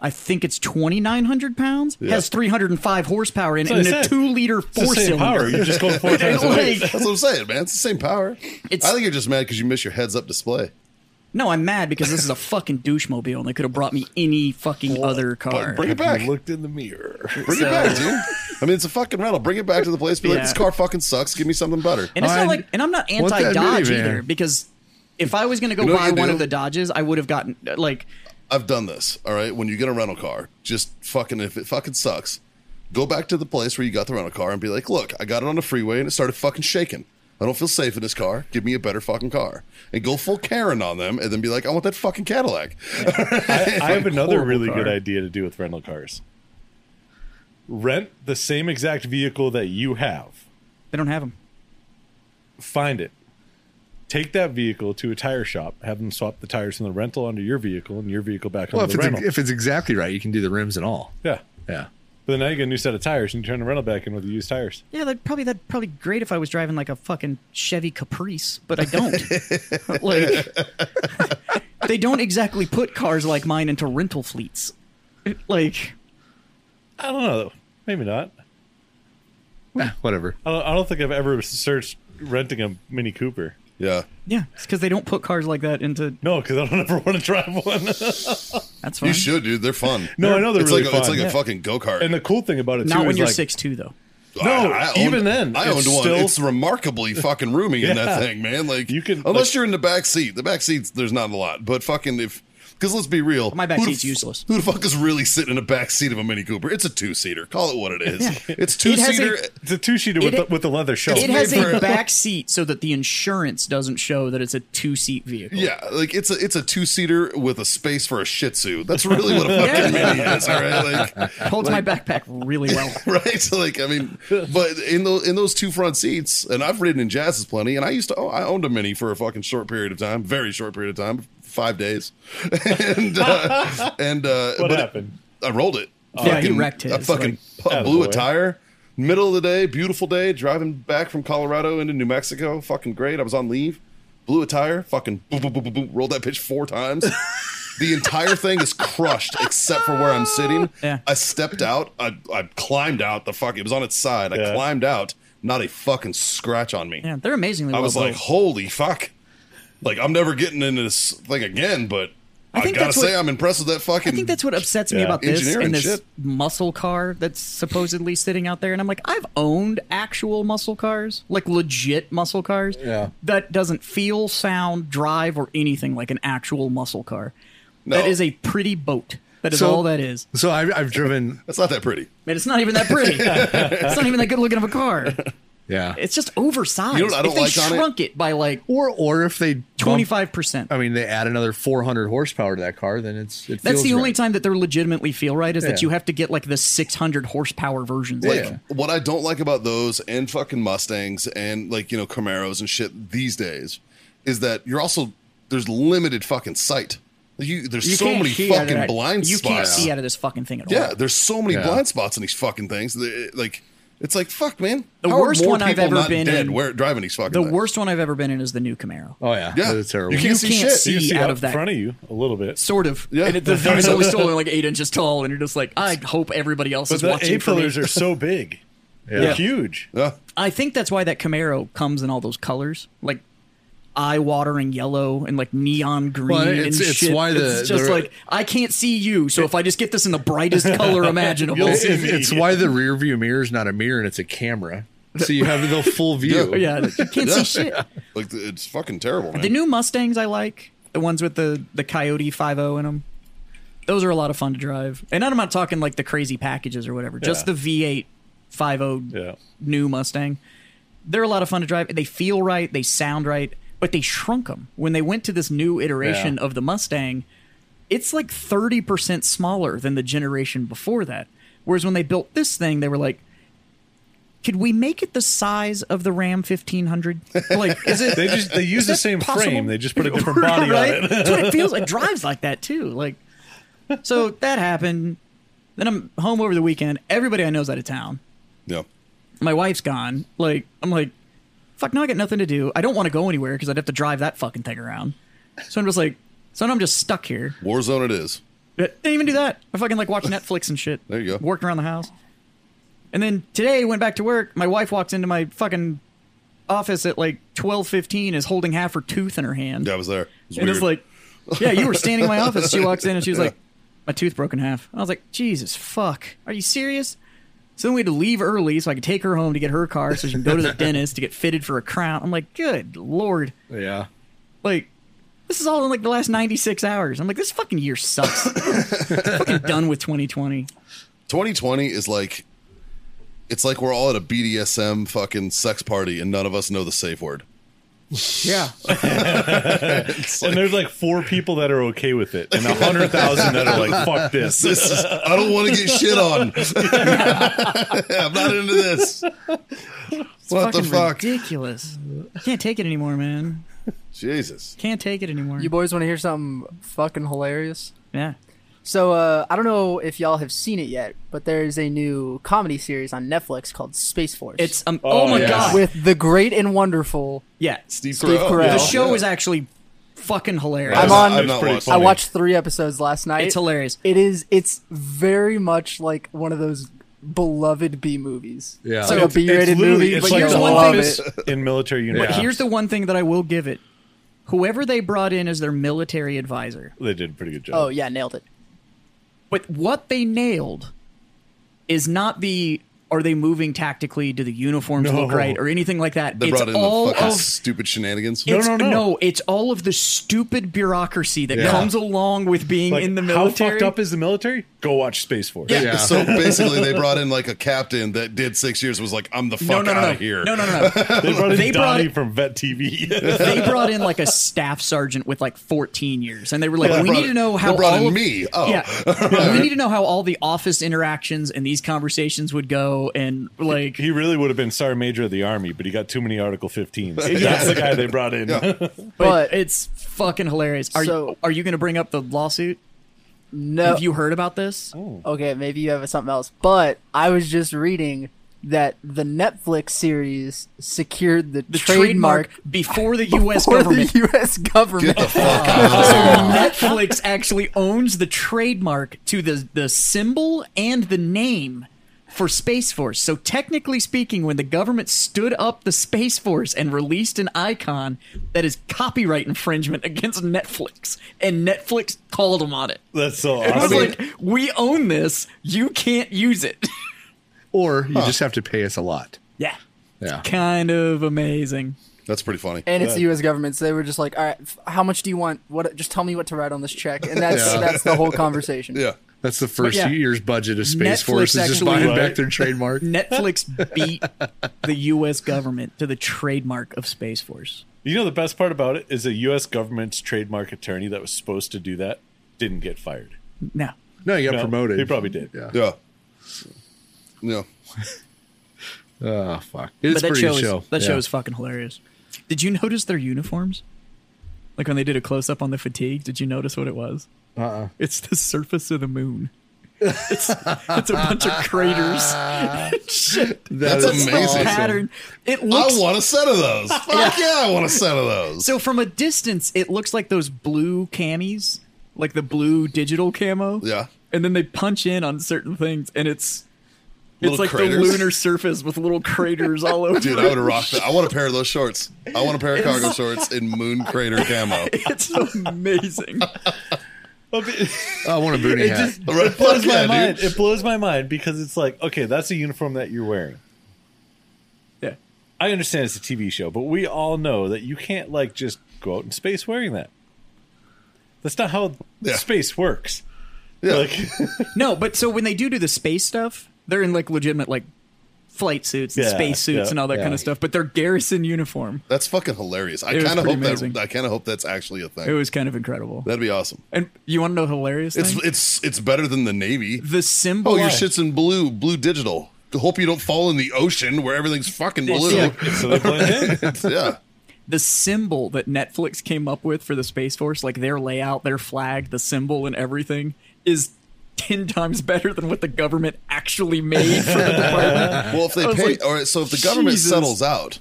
Speaker 2: I think it's twenty nine hundred pounds, has three hundred and five horsepower in it,
Speaker 3: That's what
Speaker 2: and
Speaker 3: I
Speaker 2: a
Speaker 3: said.
Speaker 2: two liter
Speaker 3: It's
Speaker 2: four
Speaker 3: the same power.
Speaker 2: cylinder.
Speaker 3: You're just going four times the weight.
Speaker 2: like,
Speaker 1: That's what I'm saying, man. It's the same power.
Speaker 2: It's-
Speaker 1: I think you're just mad because you miss your heads up display.
Speaker 2: no, I'm mad because this is a fucking douchemobile, and they could have brought me any fucking other car.
Speaker 1: But bring it back.
Speaker 3: I looked in the mirror.
Speaker 1: Bring it back, dude. I mean, it's a fucking rental. Bring it back to the place. Be like,
Speaker 2: Yeah.
Speaker 1: this car fucking sucks. Give me something better.
Speaker 2: And it's
Speaker 4: I
Speaker 2: not like, and I'm not
Speaker 4: want that
Speaker 2: anti Dodge
Speaker 4: minivan.
Speaker 2: either because if I was going to go
Speaker 1: You know what
Speaker 2: buy
Speaker 1: you
Speaker 2: one
Speaker 1: do?
Speaker 2: of the Dodges, I would have gotten like.
Speaker 1: I've done this. All right. When you get a rental car, just fucking, if it fucking sucks, go back to the place where you got the rental car and be like, look, I got it on the freeway and it started fucking shaking. I don't feel safe in this car. Give me a better fucking car. And go full Karen on them and then be like, I want that fucking Cadillac.
Speaker 3: I, I have another
Speaker 4: horrible
Speaker 3: really
Speaker 4: car.
Speaker 3: good idea to do with rental cars. Rent the same exact vehicle that you have.
Speaker 2: They don't have them.
Speaker 3: Find it. Take that vehicle to a tire shop. Have them swap the tires from the rental onto your vehicle and your vehicle back onto
Speaker 4: Well, if
Speaker 3: the
Speaker 4: it's,
Speaker 3: rental.
Speaker 4: if it's exactly right, you can do the rims and all.
Speaker 3: yeah.
Speaker 4: Yeah.
Speaker 3: But then now you get a new set of tires and you turn the rental back in with the used tires.
Speaker 2: Yeah, that probably that probably great if I was driving like a fucking Chevy Caprice, but I don't. like they don't exactly put cars like mine into rental fleets. Like
Speaker 3: I don't know. though. Maybe not.
Speaker 4: Eh, whatever.
Speaker 3: I don't, I don't think I've ever searched renting a Mini Cooper.
Speaker 1: yeah.
Speaker 2: yeah, it's because they don't put cars like that into.
Speaker 3: No, because I don't ever want to drive one.
Speaker 2: That's fine.
Speaker 1: You should, dude. They're fun.
Speaker 3: No, I know they're
Speaker 1: it's
Speaker 3: really
Speaker 1: like a, It's
Speaker 3: fun.
Speaker 1: like
Speaker 3: Yeah.
Speaker 1: a fucking go kart.
Speaker 3: and the cool thing about it too
Speaker 2: Not when
Speaker 3: is
Speaker 2: you're
Speaker 3: like,
Speaker 2: six two though.
Speaker 1: I-
Speaker 3: No,
Speaker 1: I owned-
Speaker 3: even then,
Speaker 1: I owned
Speaker 3: it's
Speaker 1: one.
Speaker 3: still-
Speaker 1: It's remarkably fucking roomy in that
Speaker 3: Yeah.
Speaker 1: thing, man. Like
Speaker 3: You can-
Speaker 1: unless
Speaker 3: like-
Speaker 1: you're in the back seat. The back seats, there's not a lot, but fucking if Because let's be real,
Speaker 2: My back
Speaker 1: who the
Speaker 2: seat's useless.
Speaker 1: Who the fuck is really sitting in the back seat of a Mini Cooper? It's a two seater. Call it what it is. It's two
Speaker 2: It has
Speaker 1: seater.
Speaker 2: a-
Speaker 3: It's a two sheeter with,
Speaker 2: It-
Speaker 3: the- with the leather shelf.
Speaker 2: It has
Speaker 1: Paper.
Speaker 2: a back seat so that the insurance doesn't show that it's a two seat vehicle.
Speaker 1: Yeah, like it's a it's a two seater with a space for a Shih Tzu. That's really what a fucking mini is. All right, like
Speaker 2: Holds my backpack really well.
Speaker 1: right? So, Like I mean, but in those in those two front seats, and I've ridden in jazzes plenty, and I used to oh, I owned a mini for a fucking short period of time, very short period of time, five days, and uh, and uh,
Speaker 3: what
Speaker 1: but it-
Speaker 3: happened?
Speaker 1: I rolled it.
Speaker 2: Yeah, he wrecked
Speaker 1: I
Speaker 2: his,
Speaker 1: fucking
Speaker 3: like,
Speaker 1: I blew a
Speaker 3: attaboy.
Speaker 1: tire. Middle of the day, beautiful day, driving back from Colorado into New Mexico. Fucking great. I was on leave. Blew a tire. Fucking boom, boom, boom, boom, boom. Rolled that pitch four times. the entire thing is crushed except for where I'm sitting.
Speaker 2: Yeah.
Speaker 1: I stepped out. I, I climbed out. The fuck. It was on its side. I
Speaker 3: Yeah.
Speaker 1: climbed out. Not a fucking scratch on me.
Speaker 2: Yeah, they're amazingly
Speaker 1: I
Speaker 2: well
Speaker 1: was like,
Speaker 2: built.
Speaker 1: holy fuck. Like, I'm never getting into this thing again, but
Speaker 2: I
Speaker 1: I,
Speaker 2: think
Speaker 1: gotta
Speaker 2: that's what-
Speaker 1: say, I'm impressed with that fucking.
Speaker 2: I think that's what upsets me
Speaker 3: Yeah.
Speaker 2: about this
Speaker 1: Engineering
Speaker 2: and this
Speaker 1: shit.
Speaker 2: muscle car that's supposedly sitting out there. And I'm like, I've owned actual muscle cars, like legit muscle cars.
Speaker 4: Yeah.
Speaker 2: That doesn't feel, sound, drive, or anything like an actual muscle car.
Speaker 1: No.
Speaker 2: That is a pretty boat. That is
Speaker 4: So-
Speaker 2: all that is.
Speaker 4: So I've, I've driven.
Speaker 1: That's not that pretty.
Speaker 2: And it's not even that pretty. it's not even that good looking of a car.
Speaker 4: Yeah.
Speaker 2: It's just oversized.
Speaker 1: You know what I
Speaker 2: if
Speaker 1: don't
Speaker 2: they
Speaker 1: like on it?
Speaker 2: shrunk it? by like
Speaker 4: or or if they bump-
Speaker 2: twenty five percent.
Speaker 4: I mean, they add another 400 horsepower to that car, then it's it
Speaker 2: That's
Speaker 4: feels
Speaker 2: the only
Speaker 4: right.
Speaker 2: time that they're legitimately feel right is that
Speaker 4: Yeah.
Speaker 2: you have to get like the six hundred horsepower versions.
Speaker 1: Like
Speaker 2: of it.
Speaker 1: what I don't like about those and fucking Mustangs and like you know Camaros and shit these days is that you're also there's limited fucking sight. You there's
Speaker 2: You
Speaker 1: so
Speaker 2: can't
Speaker 1: many
Speaker 2: see out of
Speaker 1: fucking
Speaker 2: that-
Speaker 1: blind
Speaker 2: You can't
Speaker 1: spots.
Speaker 2: see out of this fucking thing at all.
Speaker 1: yeah, there's so many
Speaker 4: Yeah.
Speaker 1: blind spots in these fucking things. They- Like it's like fuck, man.
Speaker 2: The
Speaker 1: How are
Speaker 2: worst
Speaker 1: more
Speaker 2: one I've
Speaker 1: people
Speaker 2: ever
Speaker 1: not
Speaker 2: been
Speaker 1: dead
Speaker 2: in-
Speaker 1: where driving these fucking
Speaker 2: The
Speaker 1: things?
Speaker 2: worst one I've ever been in is the new Camaro.
Speaker 4: Oh yeah,
Speaker 1: Yeah.
Speaker 4: that's terrible.
Speaker 1: You can't see shit.
Speaker 3: You can see
Speaker 2: out
Speaker 3: out
Speaker 2: of that.
Speaker 3: front of you a little bit.
Speaker 2: Sort of.
Speaker 1: Yeah.
Speaker 2: And it, the thing's only still only like eight inches tall, and you're just like, I hope everybody else
Speaker 3: But
Speaker 2: is
Speaker 3: the
Speaker 2: watching
Speaker 3: A
Speaker 2: for me.
Speaker 3: pillars are so big.
Speaker 4: Yeah.
Speaker 3: They're huge.
Speaker 1: Yeah.
Speaker 2: I think that's why that Camaro comes in all those colors, like eye-watering yellow and like neon green
Speaker 4: Well,
Speaker 2: and
Speaker 4: it's- it's
Speaker 2: shit.
Speaker 4: why the-
Speaker 2: it's just
Speaker 4: the-
Speaker 2: like I can't see you, so if I just get this in the brightest color imaginable,
Speaker 3: You'll
Speaker 4: It-
Speaker 3: see
Speaker 4: it- it's
Speaker 3: me.
Speaker 4: why the rear view mirror is not a mirror and it's a camera, so you have the full view.
Speaker 2: yeah, you can't see shit.
Speaker 1: Like it's fucking terrible, man.
Speaker 2: The new Mustangs I like, the ones with the the Coyote 50 in them. Those are a lot of fun to drive. And I'm not talking like the crazy packages or whatever, just
Speaker 3: Yeah.
Speaker 2: the V8 50
Speaker 3: Yeah.
Speaker 2: new Mustang. They're a lot of fun to drive. They feel right, they sound right, but they shrunk them. When they went to this new iteration
Speaker 4: Yeah.
Speaker 2: of the Mustang, it's like 30% smaller than the generation before that. Whereas when they built this thing, they were like could we make it the size of the Ram 1500? Like is it
Speaker 3: They just they use the
Speaker 2: that
Speaker 3: same
Speaker 2: possible?
Speaker 3: frame. They just put a different body
Speaker 2: right?
Speaker 3: on it.
Speaker 2: That's what it feels like. Drives like that too. Like, so that happened. Then I'm home over the weekend. Everybody I know's out of town.
Speaker 1: yeah.
Speaker 2: My wife's gone. Like, I'm like, fuck. Now I got nothing to do. I don't want to go anywhere because I'd have to drive that fucking thing around. So I'm just like, so now I'm just stuck here.
Speaker 1: Warzone it is.
Speaker 2: But didn't even do that. I fucking like watch Netflix and shit.
Speaker 1: There you go.
Speaker 2: Working around the house. And then today went back to work. My wife walks into my fucking office at like twelve fifteen, is holding half her tooth in her hand.
Speaker 1: Yeah, I was there. It was
Speaker 2: And it's
Speaker 1: weird.
Speaker 2: like, yeah, you were standing in my office. She walks in and she was like, my tooth broke in half. And I was like, Jesus fuck, are you serious? So then we had to leave early so I could take her home to get her car so she can go to the dentist to get fitted for a crown. I'm like, good lord,
Speaker 4: yeah.
Speaker 2: like this is all in like the last 96 hours. I'm like, this fucking year sucks. fucking done with 2020.
Speaker 1: 2020 is like it's like we're all at a BDSM fucking sex party and none of us know the safe word.
Speaker 2: Yeah,
Speaker 3: And there's like four people that are okay with it, and a hundred thousand that are like, "Fuck this."
Speaker 1: This is, I don't want to get shit on. I'm not into this.
Speaker 2: it's
Speaker 1: What the
Speaker 2: fucking
Speaker 1: fuck?
Speaker 2: ridiculous. Can't take it anymore, man.
Speaker 1: Jesus.
Speaker 2: Can't take it anymore.
Speaker 5: You boys want to hear something fucking hilarious?
Speaker 2: yeah.
Speaker 5: So uh, I don't know if y'all have seen it yet, but there's a new comedy series on Netflix called Space Force.
Speaker 2: It's um, oh,
Speaker 3: Oh,
Speaker 2: my
Speaker 3: yeah.
Speaker 2: god.
Speaker 5: with the great and wonderful.
Speaker 2: yeah.
Speaker 1: Steve,
Speaker 5: Steve Carell.
Speaker 2: The
Speaker 5: Yeah.
Speaker 2: show is actually fucking hilarious.
Speaker 5: I'm on-
Speaker 1: I've not
Speaker 3: It's pretty
Speaker 1: watched
Speaker 5: I
Speaker 1: it.
Speaker 3: funny.
Speaker 5: watched three episodes last night.
Speaker 2: It's hilarious.
Speaker 5: It is. It's very much like one of those beloved B movies.
Speaker 4: Yeah.
Speaker 5: it's like
Speaker 3: It's-
Speaker 5: a B-rated
Speaker 3: it's literally-
Speaker 5: movie,
Speaker 3: It's
Speaker 5: but
Speaker 3: like
Speaker 5: you
Speaker 3: the
Speaker 5: love
Speaker 3: office
Speaker 5: it.
Speaker 3: in military uniforms.
Speaker 2: Here's the one thing that I will give it. Whoever they brought in as their military advisor,
Speaker 3: they did a pretty good job.
Speaker 5: Oh yeah, nailed it.
Speaker 2: but what they nailed is not the are they moving tactically? Do the uniforms
Speaker 3: No.
Speaker 2: look right or anything like that?
Speaker 1: They
Speaker 2: it's
Speaker 1: brought in
Speaker 2: all
Speaker 1: the fucking
Speaker 2: of
Speaker 1: stupid shenanigans.
Speaker 2: it's,
Speaker 3: no, no.
Speaker 2: It's all of the stupid bureaucracy that
Speaker 3: Yeah.
Speaker 2: comes along with being
Speaker 3: Like,
Speaker 2: in the
Speaker 3: how
Speaker 2: military.
Speaker 3: fucked up is the military? Go watch Space Force.
Speaker 2: Yeah.
Speaker 4: Yeah.
Speaker 1: So basically, they brought in like a captain that did six years. Was like, I'm the fuck
Speaker 2: no, no, no,
Speaker 1: out
Speaker 2: no.
Speaker 1: of here.
Speaker 2: No, no, no, no.
Speaker 3: They brought in
Speaker 2: They brought
Speaker 3: Donnie
Speaker 2: it-
Speaker 3: from Vet TV.
Speaker 2: they brought in like a staff sergeant with like 14 years, and they were like, "We
Speaker 1: brought-
Speaker 2: need to know
Speaker 1: they
Speaker 2: how
Speaker 1: brought
Speaker 2: all
Speaker 1: in
Speaker 2: of-
Speaker 1: me. Oh.
Speaker 2: yeah, we need to know how all the office interactions and these conversations would go, and like."
Speaker 3: he really would have been Sergeant Major of the Army, but he got too many Article 15s. That's the guy they brought in.
Speaker 2: But
Speaker 5: But-
Speaker 2: it's fucking hilarious. Are you
Speaker 5: So-
Speaker 2: are you going to bring up the lawsuit?
Speaker 5: No.
Speaker 2: Have you heard about this?
Speaker 5: okay, maybe you have something else. But I was just reading that the Netflix series secured the,
Speaker 2: The
Speaker 5: trademark,
Speaker 2: before the U.S.
Speaker 5: for
Speaker 2: government.
Speaker 5: the U.S. government.
Speaker 1: Get the fuck out.
Speaker 2: So Netflix actually owns the trademark to the the symbol and the name for Space Force. So technically speaking, when the government stood up the Space Force and released an icon that is copyright infringement against Netflix, and Netflix called them on it.
Speaker 3: That's so
Speaker 2: I was
Speaker 3: awesome.
Speaker 2: like, "We own this. You can't use it."
Speaker 4: Or you just have to pay us a lot.
Speaker 2: yeah,
Speaker 4: Yeah.
Speaker 2: kind of amazing.
Speaker 1: That's pretty funny.
Speaker 5: and it's the U.S. government, so they were just like, "All right, f- how much do you want? What? Just tell me what to write on this check." And that's
Speaker 4: Yeah.
Speaker 5: that's the whole conversation.
Speaker 1: Yeah.
Speaker 4: That's the first
Speaker 2: yeah.
Speaker 4: year's budget of Space
Speaker 2: Netflix
Speaker 4: Force is just
Speaker 2: actually-
Speaker 4: buying
Speaker 3: Right.
Speaker 4: back their trademark.
Speaker 2: Netflix beat the U.S. government to the trademark of Space Force.
Speaker 3: you know, the best part about it is a U.S. government's trademark attorney that was supposed to do that didn't get fired.
Speaker 2: No.
Speaker 4: No, you got
Speaker 3: No,
Speaker 4: promoted.
Speaker 3: He probably did.
Speaker 4: Yeah.
Speaker 1: Yeah. Yeah.
Speaker 4: Oh fuck. It's
Speaker 2: but that
Speaker 4: pretty
Speaker 2: show,
Speaker 4: good show.
Speaker 2: is that
Speaker 4: yeah.
Speaker 2: show is fucking hilarious. Did you notice their uniforms? Like when they did a close up on the fatigue, did you notice what it was? Uh-uh. It's the surface of the moon. It's, it's a bunch of craters. Shit.
Speaker 1: That's
Speaker 2: It's the
Speaker 1: amazing.
Speaker 2: pattern. It
Speaker 1: I
Speaker 2: looks
Speaker 1: want a set of those. Fuck yeah, I want a set of those.
Speaker 2: so from a distance, it looks like those blue camis, like the blue digital camo.
Speaker 1: Yeah.
Speaker 2: And then they punch in on certain things, and it's
Speaker 1: Little
Speaker 2: it's like
Speaker 1: craters.
Speaker 2: the lunar surface with little craters all over.
Speaker 1: Dude, I
Speaker 2: it.
Speaker 1: would have rocked that. I want a pair of those shorts. I want a pair of cargo shorts in moon crater camo.
Speaker 2: It's amazing.
Speaker 4: I want a booty hat.
Speaker 1: Right? Fuck
Speaker 3: blows
Speaker 1: yeah,
Speaker 3: my mind.
Speaker 1: dude.
Speaker 3: It blows my mind because it's like, okay, that's a uniform that you're wearing.
Speaker 2: yeah.
Speaker 3: I understand it's a TV show, but we all know that you can't like just go out in space wearing that. That's not how
Speaker 1: Yeah.
Speaker 3: space works.
Speaker 1: Yeah.
Speaker 3: Like,
Speaker 2: No, but so when they do do the space stuff, they're in like legitimate like flight suits and
Speaker 3: Yeah,
Speaker 2: space suits
Speaker 3: yeah,
Speaker 2: and all that
Speaker 3: yeah.
Speaker 2: kind of stuff. But they're garrison uniform.
Speaker 1: That's fucking hilarious. I
Speaker 2: It was
Speaker 1: kind of
Speaker 2: pretty
Speaker 1: hope
Speaker 2: amazing.
Speaker 1: that I kind of hope that's actually a thing.
Speaker 2: It was kind of incredible.
Speaker 1: That'd be awesome.
Speaker 2: And you want to know hilarious?
Speaker 1: It's
Speaker 2: thing?
Speaker 1: it's it's better than the navy.
Speaker 2: the symbol.
Speaker 1: Oh, your shit's in blue, blue digital. Hope you don't fall in the ocean where everything's fucking blue.
Speaker 2: yeah.
Speaker 3: so they blend in.
Speaker 1: yeah.
Speaker 2: The symbol that Netflix came up with for the space force, like their layout, their flag, the symbol, and everything, is ten times better than what the government actually made for the department.
Speaker 1: Well, if they
Speaker 2: I was
Speaker 1: pay,
Speaker 2: like,
Speaker 1: or so if the government
Speaker 2: Jesus.
Speaker 1: settles out,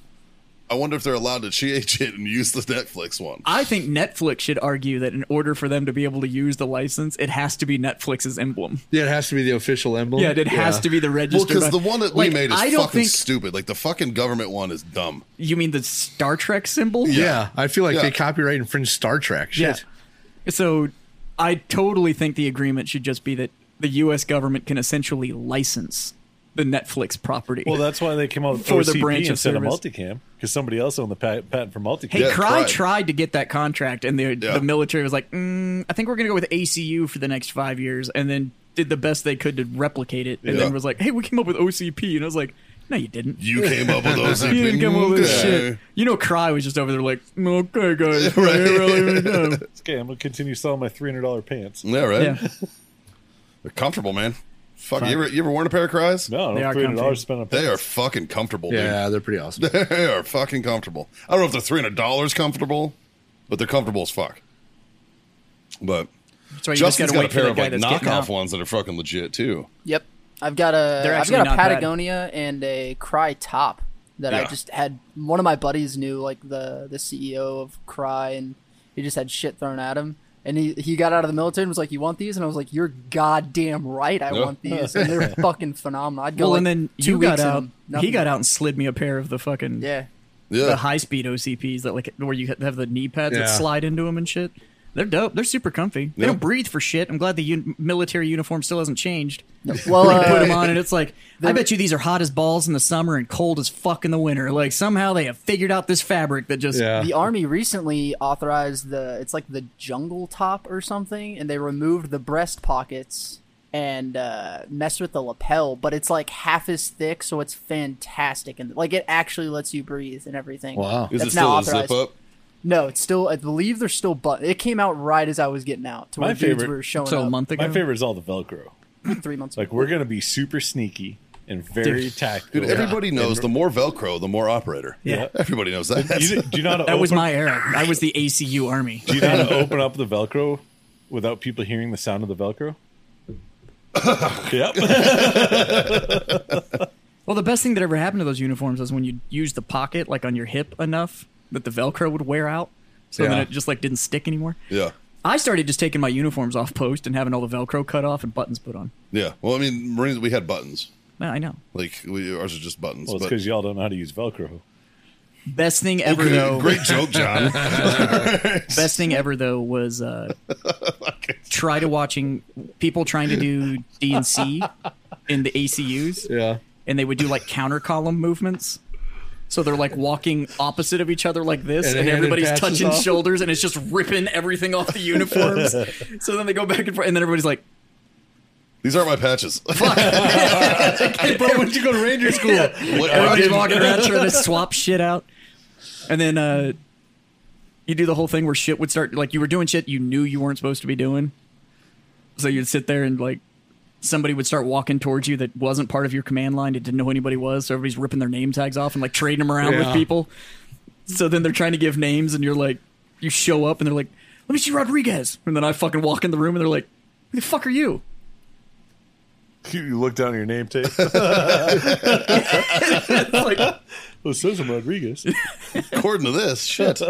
Speaker 1: I wonder if they're allowed to change it and use the Netflix one.
Speaker 2: I think Netflix should argue that in order for them to be able to use the license, it has to be Netflix's emblem.
Speaker 4: Yeah, it has to be the official emblem.
Speaker 2: Yeah, it has to be the
Speaker 1: Well,
Speaker 2: registered.
Speaker 1: because
Speaker 2: by-
Speaker 1: the one that
Speaker 2: Like,
Speaker 1: we made is
Speaker 2: I don't
Speaker 1: fucking
Speaker 2: think
Speaker 1: stupid. Like the fucking government one is dumb.
Speaker 2: you mean the Star Trek symbol.
Speaker 4: Yeah. I feel like
Speaker 1: Yeah.
Speaker 4: they copyright infringed Star Trek. Shit.
Speaker 2: So, I totally think the agreement should just be that the U.S. government can essentially license the Netflix property.
Speaker 3: Well, that's why they came out with
Speaker 2: For
Speaker 3: for
Speaker 2: the
Speaker 3: the
Speaker 2: branch of
Speaker 3: instead of
Speaker 2: service.
Speaker 3: multicam because somebody else owned the pat- patent for multicam.
Speaker 2: hey,
Speaker 1: Yeah,
Speaker 2: Cry
Speaker 1: Cry.
Speaker 2: tried to get that contract, and the
Speaker 1: Yeah.
Speaker 2: the military was like, mm, "I think we're going to go with ACU for the next five years," and then did the best they could to replicate it, and
Speaker 1: Yeah.
Speaker 2: then was like, "Hey, we came up with OCP," and I was like, "No, you didn't."
Speaker 1: You came up with those.
Speaker 2: You didn't come up with this
Speaker 1: Okay.
Speaker 2: shit. You know, Cry was just over there like, okay, guys,
Speaker 1: Right.
Speaker 2: I really know."
Speaker 3: It's okay, I'm gonna continue selling my three hundred dollar pants.
Speaker 1: Yeah, right.
Speaker 2: Yeah.
Speaker 1: They're comfortable, man. Fuck, you ever you ever worn a pair of cries?
Speaker 3: No,
Speaker 2: They are
Speaker 3: three hundred
Speaker 2: comfy.
Speaker 3: dollars spent on
Speaker 1: They
Speaker 3: pants.
Speaker 1: are fucking comfortable,
Speaker 4: Yeah,
Speaker 1: dude.
Speaker 4: they're pretty awesome.
Speaker 1: They are fucking comfortable. I don't know if they're three hundred dollars comfortable, but they're comfortable as fuck. But
Speaker 2: That's why you
Speaker 1: Justin's
Speaker 2: just gotta
Speaker 1: got a
Speaker 2: wait for
Speaker 1: pair
Speaker 2: the
Speaker 1: of
Speaker 2: guy
Speaker 1: like
Speaker 2: that's getting out.
Speaker 1: knockoff ones that are fucking legit too.
Speaker 5: Yep. I've got a
Speaker 2: They're
Speaker 5: I've
Speaker 2: actually
Speaker 5: got a
Speaker 2: not bad.
Speaker 5: Patagonia and a Cry top that
Speaker 1: Yeah.
Speaker 5: I just had one of my buddies knew like the the CEO of Cry and he just had shit thrown at him and he, he got out of the military and was like you want these and I was like you're goddamn right I want these and they're fucking phenomenal I'd go
Speaker 2: Well,
Speaker 5: like
Speaker 2: and then
Speaker 5: two
Speaker 2: you
Speaker 5: weeks
Speaker 2: got
Speaker 5: in
Speaker 2: out.
Speaker 5: them,
Speaker 2: He
Speaker 5: nothing.
Speaker 2: got out and slid me a pair of the fucking
Speaker 5: yeah
Speaker 1: Yeah,
Speaker 2: the high speed OCPs that like where you have the knee pads
Speaker 4: Yeah.
Speaker 2: that slide into them and shit. They're dope. They're super comfy. They
Speaker 1: Yeah.
Speaker 2: don't breathe for shit. I'm glad the un- military uniform still hasn't changed.
Speaker 5: Well,
Speaker 2: You put
Speaker 5: uh,
Speaker 2: them on, and it's like, I bet you these are hot as balls in the summer and cold as fuck in the winter. Like somehow they have figured out this fabric that just
Speaker 4: Yeah.
Speaker 5: the army recently authorized the it's like the jungle top or something and they removed the breast pockets and uh messed with the lapel but it's like half as thick so it's fantastic and like it actually lets you breathe and everything
Speaker 4: Wow.
Speaker 1: Is
Speaker 5: That's
Speaker 1: it still
Speaker 5: now
Speaker 1: a zip
Speaker 5: authorized.
Speaker 1: up?
Speaker 5: no it's still i believe they're still but it came out right as i was getting out to
Speaker 3: My
Speaker 5: where dudes
Speaker 3: favorite-
Speaker 5: were showing
Speaker 2: so
Speaker 5: up
Speaker 2: a month ago.
Speaker 3: My favorite is all the Velcro.
Speaker 5: three months
Speaker 3: Like we're gonna be super sneaky and very tactical.
Speaker 1: Dude, everybody knows the more Velcro, the more operator.
Speaker 2: Yeah.
Speaker 1: Everybody knows that.
Speaker 3: You, do you know how to
Speaker 2: That was
Speaker 3: open-
Speaker 2: my era. I was the ACU army.
Speaker 3: Do you know how to open up the Velcro without people hearing the sound of the Velcro? yep.
Speaker 2: Well, the best thing that ever happened to those uniforms was when you use the pocket like on your hip enough that the Velcro would wear out, so then
Speaker 4: Yeah.
Speaker 2: it just like didn't stick anymore.
Speaker 1: yeah.
Speaker 2: I started just taking my uniforms off post and having all the Velcro cut off and buttons put on.
Speaker 1: Yeah. Well, I mean, Marines, we had buttons.
Speaker 2: Yeah, I know.
Speaker 1: Like, we, ours are just buttons.
Speaker 3: Well, it's
Speaker 1: but-
Speaker 3: because y'all don't know how to use Velcro.
Speaker 2: Best thing ever though.
Speaker 1: Great joke, John.
Speaker 2: Best thing ever though was uh, try to watching people trying to do D and C in the ACUs.
Speaker 4: Yeah.
Speaker 2: and they would do like counter column movements. So they're like walking opposite of each other like this,
Speaker 4: And
Speaker 2: and,
Speaker 4: hand
Speaker 2: everybody's
Speaker 4: passes
Speaker 2: touching
Speaker 4: off.
Speaker 2: shoulders, and it's just ripping everything off the uniforms. so then they go back and forth, and then everybody's like,
Speaker 1: These aren't my patches.
Speaker 4: Hey, bro, when'd you go to Ranger school?
Speaker 1: What-
Speaker 2: everybody's walking around trying to swap shit out, and then uh, you do the whole thing where shit would start like you were doing shit you knew you weren't supposed to be doing. So you'd sit there and like somebody would start walking towards you that wasn't part of your command line that didn't know who anybody was. So everybody's ripping their name tags off and like trading them around
Speaker 4: Yeah.
Speaker 2: with people. So then they're trying to give names, and you're like, you show up, and they're like, "Let me see Rodriguez," and then I fucking walk in the room, and they're like, "Who the fuck are you?"
Speaker 3: You look down at your name tape.
Speaker 2: It's like,
Speaker 3: Well, says I'm Rodriguez.
Speaker 1: According to this, shit.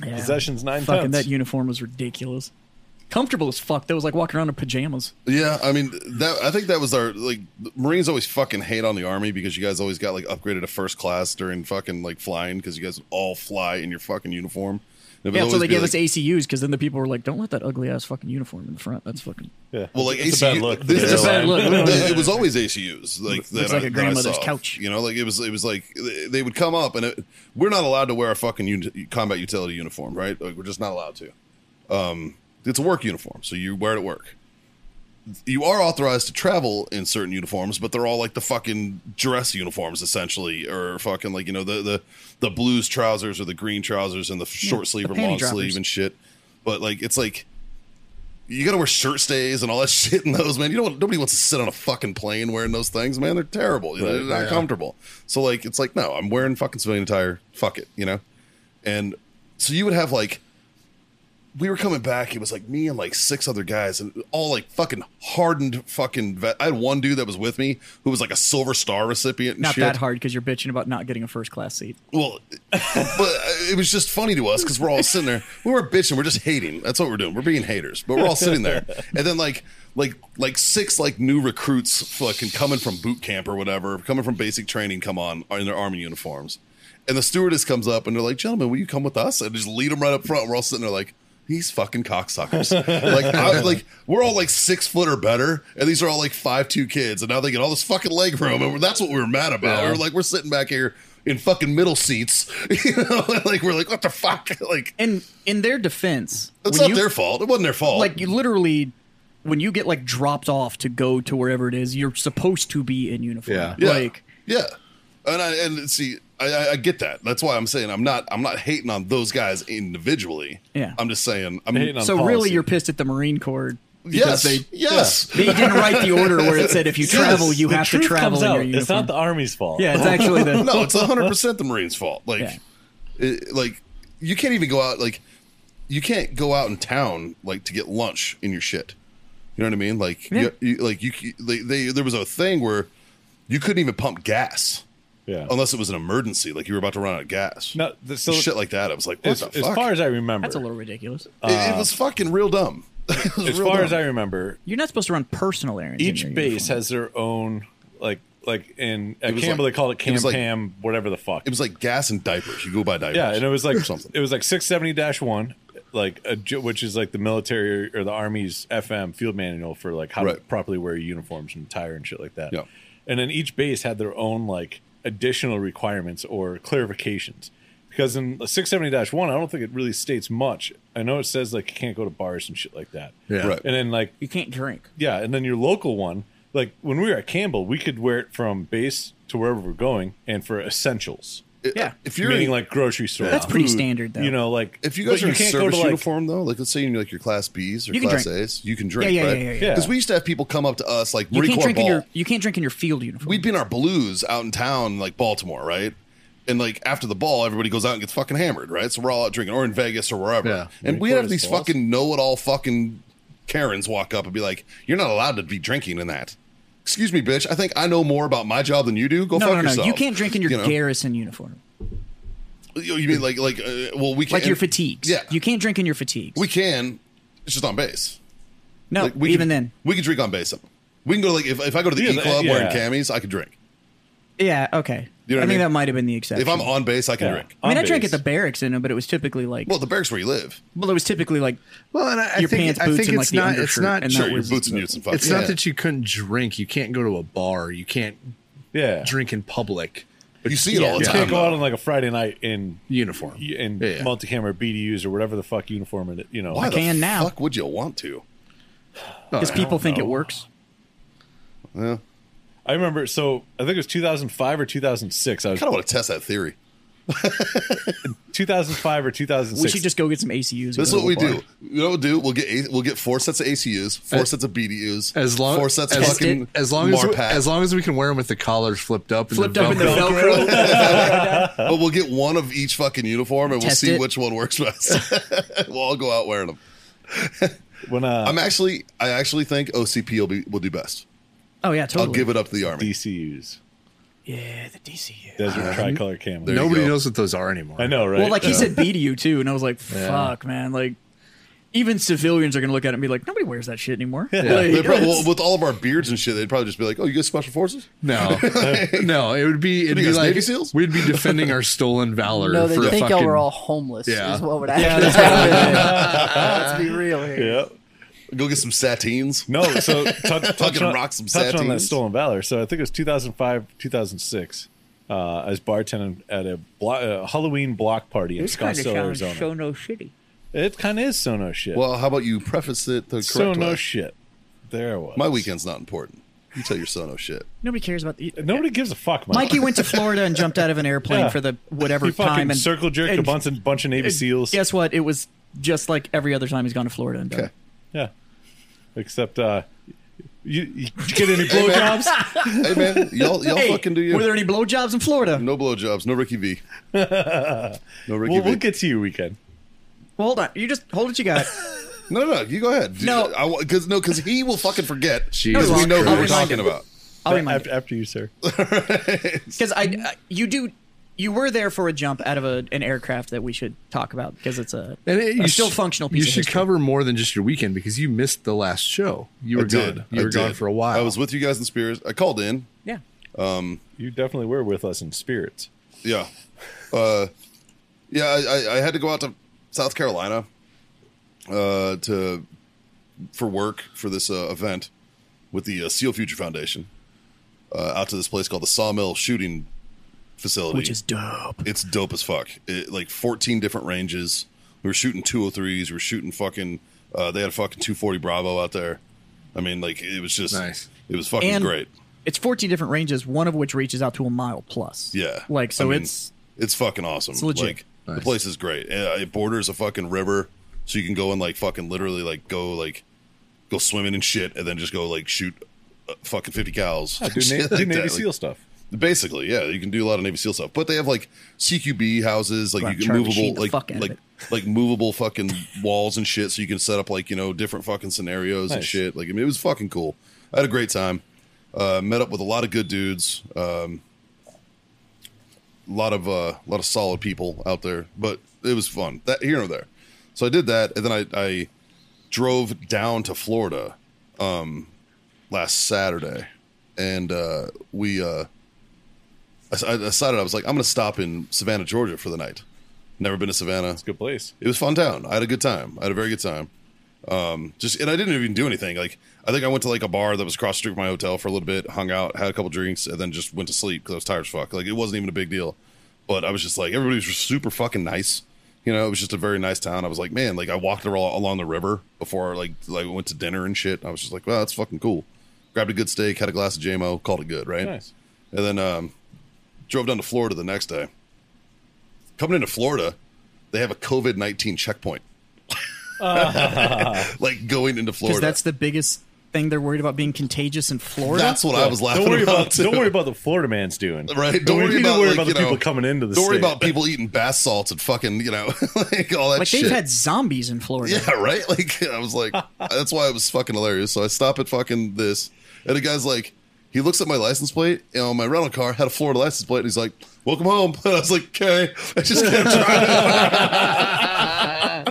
Speaker 3: Possessions nine
Speaker 2: fucking that
Speaker 3: times.
Speaker 2: uniform was ridiculous. Comfortable as fuck. That was like walking around in pajamas.
Speaker 1: Yeah, I mean that. I think that was our like. the Marines always fucking hate on the army because you guys always got like upgraded to first class during fucking like flying because you guys would all fly in your fucking uniform. And it would
Speaker 2: Yeah, so
Speaker 1: always
Speaker 2: they
Speaker 1: be
Speaker 2: gave
Speaker 1: like-
Speaker 2: us ACUs because then the people were like, "Don't let that ugly ass fucking uniform in the front. That's fucking
Speaker 3: yeah.
Speaker 1: Well, like
Speaker 3: it's
Speaker 1: ACU,
Speaker 3: a bad look.
Speaker 1: this-
Speaker 3: It's
Speaker 2: a bad look.
Speaker 1: Th- it was always ACUs. Like that
Speaker 2: Looks
Speaker 1: I-
Speaker 2: like
Speaker 1: that
Speaker 2: a
Speaker 1: I
Speaker 2: grandmother's
Speaker 1: saw.
Speaker 2: couch.
Speaker 1: You know, like it was. It was like they- they would come up, and it, we're not allowed to wear a fucking uni- combat utility uniform, right? Like we're just not allowed to. Um, it's a work uniform, so you wear it at work. You are authorized to travel in certain uniforms, but they're all like the fucking dress uniforms, essentially, or fucking like you know the the the blues trousers or the green trousers and the short sleeve
Speaker 2: the
Speaker 1: or
Speaker 2: panty
Speaker 1: long
Speaker 2: droppers.
Speaker 1: sleeve and shit. But like it's like you gotta wear shirt stays and all that shit in those, man. You don't want, nobody wants to sit on a fucking plane wearing those things, man. They're terrible. They're not comfortable. So like, it's like, no, I'm wearing fucking civilian attire. Fuck it, you know. And so you would have like, we were coming back. It was like me and like six other guys, and all like fucking hardened fucking. Vet. I had one dude that was with me who was like a Silver Star recipient. And
Speaker 2: not
Speaker 1: shit.
Speaker 2: that hard because you're bitching about not getting a first class seat."
Speaker 1: Well, but uh, it was just funny to us because we're all sitting there. We weren't bitching. We're just hating. That's what we're doing. We're being haters. But we're all sitting there, and then like like like six like new recruits fucking coming from boot camp or whatever, coming from basic training, come on in their army uniforms, and the stewardess comes up and they're like, "Gentlemen, will you come with us?" And just lead them right up front. We're all sitting there like. These fucking cocksuckers. Like, I, like we're all like six foot or better, and these are all like five two kids, and now they get all this fucking leg room, and that's what we were mad about. We were like, we're sitting back here in fucking middle seats. You know, like we're like, what the fuck? Like
Speaker 2: And in their defense,
Speaker 1: it's
Speaker 2: when
Speaker 1: not
Speaker 2: you-
Speaker 1: their fault. It wasn't their fault.
Speaker 2: like you literally when you get like dropped off to go to wherever it is, you're supposed to be in uniform.
Speaker 4: Yeah.
Speaker 1: yeah,
Speaker 2: Like
Speaker 1: yeah. And I and see, I, I, I get that. That's why I'm saying I'm not I'm not hating on those guys individually.
Speaker 2: Yeah.
Speaker 1: I'm just saying I'm
Speaker 3: Hating on
Speaker 2: so really
Speaker 3: policy.
Speaker 2: you're pissed at the Marine Corps
Speaker 1: yes,
Speaker 2: because they
Speaker 1: yes.
Speaker 2: they didn't write the order where it said if you travel you
Speaker 3: The
Speaker 2: have to
Speaker 3: truth
Speaker 2: travel
Speaker 3: comes
Speaker 2: in
Speaker 3: out.
Speaker 2: your uniform.
Speaker 3: It's not the army's fault.
Speaker 2: yeah, it's actually the
Speaker 1: no, it's 100 percent the Marines' fault. Like,
Speaker 2: Yeah.
Speaker 1: it, like you can't even go out. Like, you can't go out in town like to get lunch in your shit. You know what I mean? Like, you, you, like you, c- they, they, there was a thing where you couldn't even pump gas
Speaker 3: yeah.
Speaker 1: unless it was an emergency, like you were about to run out of gas.
Speaker 3: No, th- so
Speaker 1: shit like that. I was like, what
Speaker 3: as,
Speaker 1: the
Speaker 3: as
Speaker 1: fuck?
Speaker 3: far as I remember,
Speaker 2: that's a little ridiculous.
Speaker 1: it, it was fucking real dumb. It was
Speaker 3: as
Speaker 1: real
Speaker 3: far
Speaker 1: dumb.
Speaker 3: as I remember,
Speaker 2: You're not supposed to run personal errands. in
Speaker 3: each
Speaker 2: your
Speaker 3: base
Speaker 2: uniform.
Speaker 3: has their own like like in at
Speaker 1: was
Speaker 3: Campbell
Speaker 1: like-
Speaker 3: they call it
Speaker 1: it
Speaker 3: Cam
Speaker 1: was like-
Speaker 3: Pam whatever the fuck.
Speaker 1: it was like gas and diapers. You go buy diapers.
Speaker 3: yeah, and it was like
Speaker 1: or something.
Speaker 3: it was like six seventy dash one like a, ju- which is like the military or the army's FM field manual for like how to
Speaker 1: Right.
Speaker 3: properly wear uniforms and attire and shit like that.
Speaker 1: Yeah.
Speaker 3: And then each base had their own like additional requirements or clarifications. Because in 670-1, I don't think it really states much. I know it says like you can't go to bars and shit like that.
Speaker 4: Yeah.
Speaker 1: Right.
Speaker 3: And then like
Speaker 2: You can't drink.
Speaker 3: yeah, and then your local one, like when we were at Campbell, we could wear it from base to wherever we're going and for essentials.
Speaker 2: Yeah.
Speaker 1: If you're
Speaker 3: meaning
Speaker 1: in-
Speaker 3: like grocery store.
Speaker 2: That's pretty
Speaker 3: food,
Speaker 2: standard, though.
Speaker 3: You know, like
Speaker 1: If you guys are
Speaker 3: but
Speaker 1: in
Speaker 3: can't go
Speaker 1: service
Speaker 3: to, like-
Speaker 1: uniform, though, like let's say you're like your class B's or
Speaker 2: You can
Speaker 1: class
Speaker 2: drink.
Speaker 1: A's, you can drink,
Speaker 2: yeah, yeah,
Speaker 1: right?
Speaker 2: yeah, yeah,
Speaker 3: yeah.
Speaker 1: Because we used to have people come up to us like
Speaker 2: You
Speaker 1: Marine
Speaker 2: can't
Speaker 1: Corps
Speaker 2: drink in
Speaker 1: ball.
Speaker 2: your you can't drink in your field uniform.
Speaker 1: We'd be in our blues out in town, like Baltimore, right? And like after the ball, everybody goes out and gets fucking hammered, right? So we're all out drinking, or in Vegas or wherever.
Speaker 4: Yeah.
Speaker 1: And
Speaker 3: Marine
Speaker 1: we'd have
Speaker 3: Corps
Speaker 1: these
Speaker 3: balls.
Speaker 1: fucking know-it-all fucking Karens walk up and be like, "You're not allowed to be drinking in that." Excuse me, bitch. I think I know more about my job than you do. Go
Speaker 2: no,
Speaker 1: fuck
Speaker 2: no, no,
Speaker 1: yourself.
Speaker 2: You can't drink in your
Speaker 1: You know?
Speaker 2: garrison uniform.
Speaker 1: You you mean like like uh, well we can't
Speaker 2: Like your fatigues.
Speaker 1: Yeah,
Speaker 2: You can't drink in your fatigues.
Speaker 1: we can. It's just on base.
Speaker 2: no,
Speaker 4: Oh,
Speaker 1: Like, we
Speaker 2: even
Speaker 1: can,
Speaker 2: then.
Speaker 1: we can drink on base. We can go to like if, if I go to the
Speaker 3: Yeah,
Speaker 1: E
Speaker 3: the-
Speaker 1: club wearing
Speaker 3: yeah.
Speaker 1: camis, I can drink.
Speaker 2: Yeah, okay.
Speaker 1: You know what
Speaker 2: I,
Speaker 1: I
Speaker 2: think
Speaker 1: mean?
Speaker 2: that might have been the exception.
Speaker 1: If I'm on base, I can
Speaker 3: Yeah.
Speaker 1: drink.
Speaker 2: I mean, I drank
Speaker 3: base.
Speaker 2: at the barracks in them, but it was typically like
Speaker 1: Well, the barracks where you live,
Speaker 2: well, it was typically like
Speaker 4: Well, and I, I
Speaker 2: Your
Speaker 4: think,
Speaker 2: pants,
Speaker 4: I
Speaker 2: boots,
Speaker 4: think
Speaker 2: and, like,
Speaker 4: it's
Speaker 2: the
Speaker 4: not. It's
Speaker 2: undershirt,
Speaker 4: not.
Speaker 2: and that
Speaker 1: sure,
Speaker 2: was-
Speaker 1: your boots and utes and fuck.
Speaker 4: It's
Speaker 1: yeah.
Speaker 4: not that you couldn't drink. You can't go to a bar. You can't
Speaker 3: yeah,
Speaker 4: drink in public.
Speaker 1: you see it all the
Speaker 3: You
Speaker 1: time.
Speaker 3: can't go
Speaker 1: though.
Speaker 3: out on like a Friday night in
Speaker 4: Uniform.
Speaker 3: in
Speaker 4: Yeah.
Speaker 3: multi-camera BDUs or whatever the fuck uniform it, you know.
Speaker 1: Why the
Speaker 2: can now.
Speaker 1: fuck would you want to? oh,
Speaker 2: because people think it works.
Speaker 1: Yeah,
Speaker 3: I remember so I think it was 2005 or 2006. I
Speaker 1: I
Speaker 3: was
Speaker 1: kind of want to test that theory.
Speaker 3: 2005 or 2006.
Speaker 2: We should just go get some ACUs. and
Speaker 1: This is
Speaker 2: go
Speaker 1: what
Speaker 2: to
Speaker 1: we
Speaker 2: a bar.
Speaker 1: do. You know what we'll do? We'll get eight, we'll get four sets of ACUs, four sets of BDUs,
Speaker 4: As long
Speaker 1: four sets
Speaker 4: as,
Speaker 1: fucking
Speaker 4: as long as we,
Speaker 1: Marpat.
Speaker 4: as long as we can wear them with the collars flipped up, and
Speaker 2: Flipped up in the
Speaker 4: Velcro.
Speaker 2: Velcro.
Speaker 1: but we'll get one of each fucking uniform and we'll
Speaker 2: Test
Speaker 1: see
Speaker 2: it.
Speaker 1: which one works best. we'll all go out wearing them.
Speaker 3: when uh,
Speaker 1: I'm actually I actually think OCP will be will do best.
Speaker 2: oh yeah, totally.
Speaker 1: I'll give it up to the army.
Speaker 3: DCUs,
Speaker 2: Yeah, the DCU.
Speaker 1: Uh,
Speaker 3: Desert Tricolor Camel.
Speaker 1: you
Speaker 4: Nobody
Speaker 1: go.
Speaker 4: knows what those are anymore.
Speaker 3: I know, right?
Speaker 2: Well, like he
Speaker 3: Yeah.
Speaker 2: said, B to you too, and I was like, fuck, man, like. Even civilians are going to look at it and be like, nobody wears that shit anymore. Like,
Speaker 1: They probably, well,
Speaker 2: it's-
Speaker 1: with all of our beards and shit, they'd probably just be like, "Oh, you guys special forces?"
Speaker 4: No, no, it would be it'd
Speaker 1: you
Speaker 4: be
Speaker 1: guys,
Speaker 4: like
Speaker 1: Navy SEALs?
Speaker 4: we'd be defending our stolen valor.
Speaker 5: No, they
Speaker 4: for
Speaker 5: think
Speaker 4: fucking,
Speaker 5: y'all were all homeless.
Speaker 4: Yeah.
Speaker 5: Is what would happen. Yeah, that's Let's be real here.
Speaker 3: yeah.
Speaker 1: Go get some sateens.
Speaker 3: No, so touch, touch
Speaker 1: Fucking
Speaker 3: on,
Speaker 1: rock some
Speaker 3: touch on that
Speaker 1: sateens.
Speaker 3: stolen valor. So I think it was 2005, 2006. Uh, I was bartending at a blo- uh, Halloween block party in Scottsdale, Arizona.
Speaker 2: no shitty.
Speaker 3: it kind of is Sono shit.
Speaker 1: Well, how about you preface it the correct
Speaker 3: so
Speaker 1: way?
Speaker 3: no shit. There it was
Speaker 1: My weekend's not important. You tell your son no shit.
Speaker 2: Nobody cares about the.
Speaker 3: Nobody gives a fuck, Mike.
Speaker 2: Mikey went to Florida and jumped out of an airplane
Speaker 3: Yeah.
Speaker 2: for the whatever
Speaker 3: he
Speaker 2: time
Speaker 3: fucking
Speaker 2: and
Speaker 3: circle jerked
Speaker 2: and-
Speaker 3: a bunch of bunch of Navy
Speaker 2: and
Speaker 3: SEALs.
Speaker 2: Guess what? It was just like every other time he's gone to Florida and done.
Speaker 1: Okay.
Speaker 3: Yeah. Except uh, you, you get any blowjobs?
Speaker 1: Hey man, y'all y'all
Speaker 2: Hey,
Speaker 1: fucking do you.
Speaker 2: Were there any blowjobs in Florida?
Speaker 1: no blowjobs, no Ricky V. No Ricky
Speaker 3: well,
Speaker 1: V.
Speaker 3: we'll get to your weekend.
Speaker 2: Well, hold on. You just hold what you got.
Speaker 1: no, no, no. You go ahead.
Speaker 2: No.
Speaker 1: because no, because he will fucking forget.
Speaker 4: Jesus
Speaker 1: Because we know who
Speaker 2: I'll
Speaker 1: we're
Speaker 2: remind
Speaker 1: talking
Speaker 2: him.
Speaker 1: about.
Speaker 2: I'll remind
Speaker 3: After, after you, sir.
Speaker 2: because I,
Speaker 4: Mm-hmm.
Speaker 2: I you do you were there for a jump out of a, an aircraft that we should talk about because it's a
Speaker 4: And it,
Speaker 2: a
Speaker 4: you
Speaker 2: still
Speaker 4: sh-
Speaker 2: functional
Speaker 4: You
Speaker 2: piece. of
Speaker 4: should
Speaker 2: history.
Speaker 4: cover more than just your weekend because you missed the last show. You
Speaker 1: I
Speaker 4: were
Speaker 1: did.
Speaker 4: gone. You
Speaker 1: I
Speaker 4: were gone
Speaker 1: did.
Speaker 4: for a while.
Speaker 1: I was with you guys in spirits. I called in.
Speaker 2: Yeah,
Speaker 3: You definitely were with us in spirits.
Speaker 1: Yeah. Uh, yeah, I, I, I had to go out to South Carolina uh, to for work for this uh, event with the uh, Seal Future Foundation uh, out to this place called the Sawmill Shooting Facility.
Speaker 2: which is dope.
Speaker 1: it's dope as fuck. It, like 14 different ranges. We were shooting 203s. We were shooting fucking. Uh, they had a fucking 240 Bravo out there. I mean, like it was just
Speaker 4: Nice.
Speaker 1: It was fucking
Speaker 2: And-
Speaker 1: great.
Speaker 2: It's 14 different ranges, one of which reaches out to a mile plus.
Speaker 1: Yeah.
Speaker 2: like
Speaker 1: I
Speaker 2: so
Speaker 1: mean,
Speaker 2: it's
Speaker 1: it's fucking awesome.
Speaker 2: it's legit.
Speaker 1: Like the place is great. Uh, It borders a fucking river, so you can go and like fucking literally like go like go swimming and shit, and then just go like shoot uh, fucking fifty cows.
Speaker 3: Do,
Speaker 1: Shit
Speaker 3: Na-
Speaker 1: like
Speaker 3: do
Speaker 1: that.
Speaker 3: Navy
Speaker 1: Like,
Speaker 3: SEAL stuff.
Speaker 1: Basically, yeah, you can do a lot of Navy SEAL stuff, but they have like CQB houses, like
Speaker 2: Right,
Speaker 1: you can
Speaker 2: Charlie
Speaker 1: movable,
Speaker 2: Sheen the
Speaker 1: like
Speaker 2: fuck out of
Speaker 1: like
Speaker 2: it.
Speaker 1: like movable fucking walls and shit, so you can set up like you know different fucking scenarios and
Speaker 3: Nice.
Speaker 1: shit. Like I mean, it was fucking cool. I had a great time. Uh, met up with a lot of good dudes, um, a lot of uh, a lot of solid people out there, but it was fun. That here and there. So I did that, and then I, I drove down to Florida um, last Saturday, and uh, we. Uh, I, I decided I was like, I'm going to stop in Savannah, Georgia for the night. Never been to Savannah.
Speaker 3: Good place.
Speaker 1: It was fun town. I had a good time. I had a very good time. Um, just and I didn't even do anything. Like I think I went to like a bar that was across the street from my hotel for a little bit, hung out, had a couple drinks, and then just went to sleep because I was tired as fuck. Like it wasn't even a big deal. But I was just like everybody was super fucking nice. You know, it was just a very nice town. I was like, man, like I walked ar- along the river before like like went to dinner and shit. I was just like, wow, that's fucking cool. Grabbed a good steak, had a glass of JMO, called it good, right?
Speaker 3: Nice.
Speaker 1: And then um, drove down to Florida the next day. Coming into Florida, they have a COVID nineteen checkpoint. like going into
Speaker 2: because
Speaker 1: Florida.
Speaker 2: that's the biggest thing they're worried about being contagious in Florida.
Speaker 1: That's what I was laughing
Speaker 3: Don't worry about
Speaker 1: too.
Speaker 3: don't worry about the Florida man's doing.
Speaker 1: Right? Don't,
Speaker 3: we
Speaker 1: worry
Speaker 3: need to
Speaker 1: about,
Speaker 3: worry
Speaker 1: like,
Speaker 3: about the
Speaker 1: you know,
Speaker 3: people coming into the
Speaker 1: Don't worry
Speaker 3: state.
Speaker 1: about people eating bath salts and fucking, you know, like all that
Speaker 2: like
Speaker 1: shit.
Speaker 2: they've had zombies in Florida.
Speaker 1: yeah, right? Like I was like that's why it was fucking hilarious. So I stop at fucking this and the guy's like he looks at my license plate and on my rental car had a Florida license plate and he's like, Welcome home. And I was like, Okay. I just kept driving. I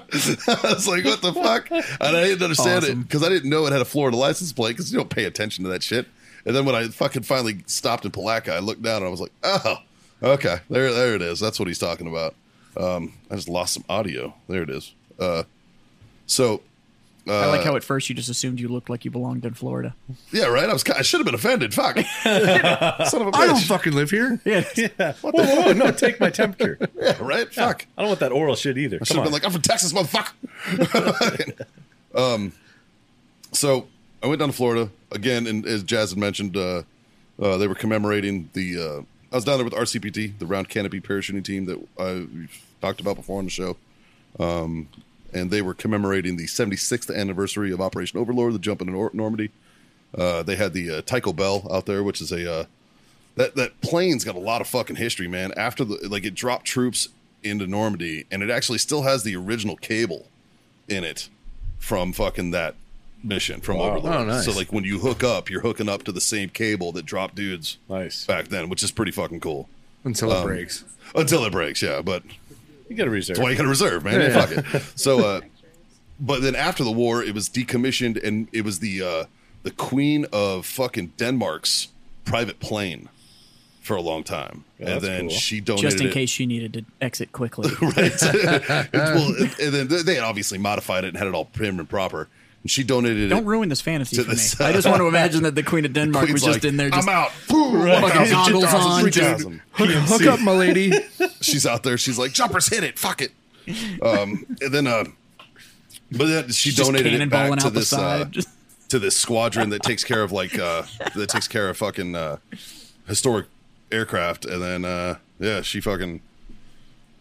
Speaker 1: was like, what the fuck? And I didn't understand it because I didn't know it had a Florida license plate because you don't pay attention to that shit. And then when I fucking finally stopped in Palaca, I looked down and I was like, oh, okay, there, there it is. That's what he's talking about. Um, I just lost some audio. There it is. Uh, so
Speaker 2: I
Speaker 1: Uh,
Speaker 2: like how at first you just assumed you looked like you belonged in Florida.
Speaker 1: yeah, right. I was. ki- I should have been offended. Fuck. Son of a
Speaker 4: I don't
Speaker 1: bitch.
Speaker 4: fucking live here.
Speaker 3: whoa, whoa, whoa, no, take my temperature.
Speaker 1: Yeah, right. Fuck.
Speaker 3: I don't want that oral shit either.
Speaker 1: I should
Speaker 3: Come
Speaker 1: have been
Speaker 3: on.
Speaker 1: like, I'm from Texas, motherfucker. um, so I went down to Florida again, and as Jazz had mentioned, uh, uh, they were commemorating the. Uh, I was down there with RCPT, the Round Canopy Parachuting Team that I talked about before on the show, um, and they were commemorating the 76th anniversary of Operation Overlord, the jump into Nor- Normandy. Uh, they had the uh, Tycho Bell out there, which is a uh, that that plane's got a lot of fucking history, man. After the like it dropped troops into Normandy, and it actually still has the original cable in it from fucking that mission from Overlord.
Speaker 4: Oh, nice.
Speaker 1: So like when you hook up, you're hooking up to the same cable that dropped dudes
Speaker 3: nice.
Speaker 1: back then, which is pretty fucking cool.
Speaker 4: Until it breaks.
Speaker 1: Until it breaks, yeah. But
Speaker 3: You got to reserve.
Speaker 1: that's why you got to reserve, man.
Speaker 4: Yeah.
Speaker 1: Fuck it. So, uh, but then after the war, it was decommissioned, and it was the uh, the Queen of fucking Denmark's private plane for a long time,
Speaker 3: Yeah,
Speaker 1: and
Speaker 3: that's
Speaker 1: then
Speaker 3: cool.
Speaker 1: she donated
Speaker 2: Just in
Speaker 1: it-
Speaker 2: case she needed to exit quickly.
Speaker 1: right? well, and then they had obviously modified it and had it all prim and proper, and she donated
Speaker 2: Don't
Speaker 1: it.
Speaker 2: ruin this fantasy
Speaker 1: To
Speaker 2: for
Speaker 1: the
Speaker 2: me.
Speaker 1: side.
Speaker 2: I just want to imagine that the Queen of Denmark
Speaker 1: Queen's
Speaker 2: was just
Speaker 1: like,
Speaker 2: in there, just
Speaker 1: I'm out. Boom,
Speaker 2: fucking
Speaker 1: 1,000,
Speaker 2: goggles
Speaker 1: 2,000,
Speaker 2: on,
Speaker 1: 3,000.
Speaker 2: dude.
Speaker 4: Hook, hook up, my lady.
Speaker 1: she's out there. She's like, jumpers hit it, fuck it. Um, and then, uh, but then she
Speaker 2: just
Speaker 1: donated it back
Speaker 2: cannonballing
Speaker 1: to
Speaker 2: out the
Speaker 1: this uh,
Speaker 2: side. Just-
Speaker 1: to this squadron that takes care of like uh, that takes care of fucking uh, historic aircraft. And then, uh, yeah, she fucking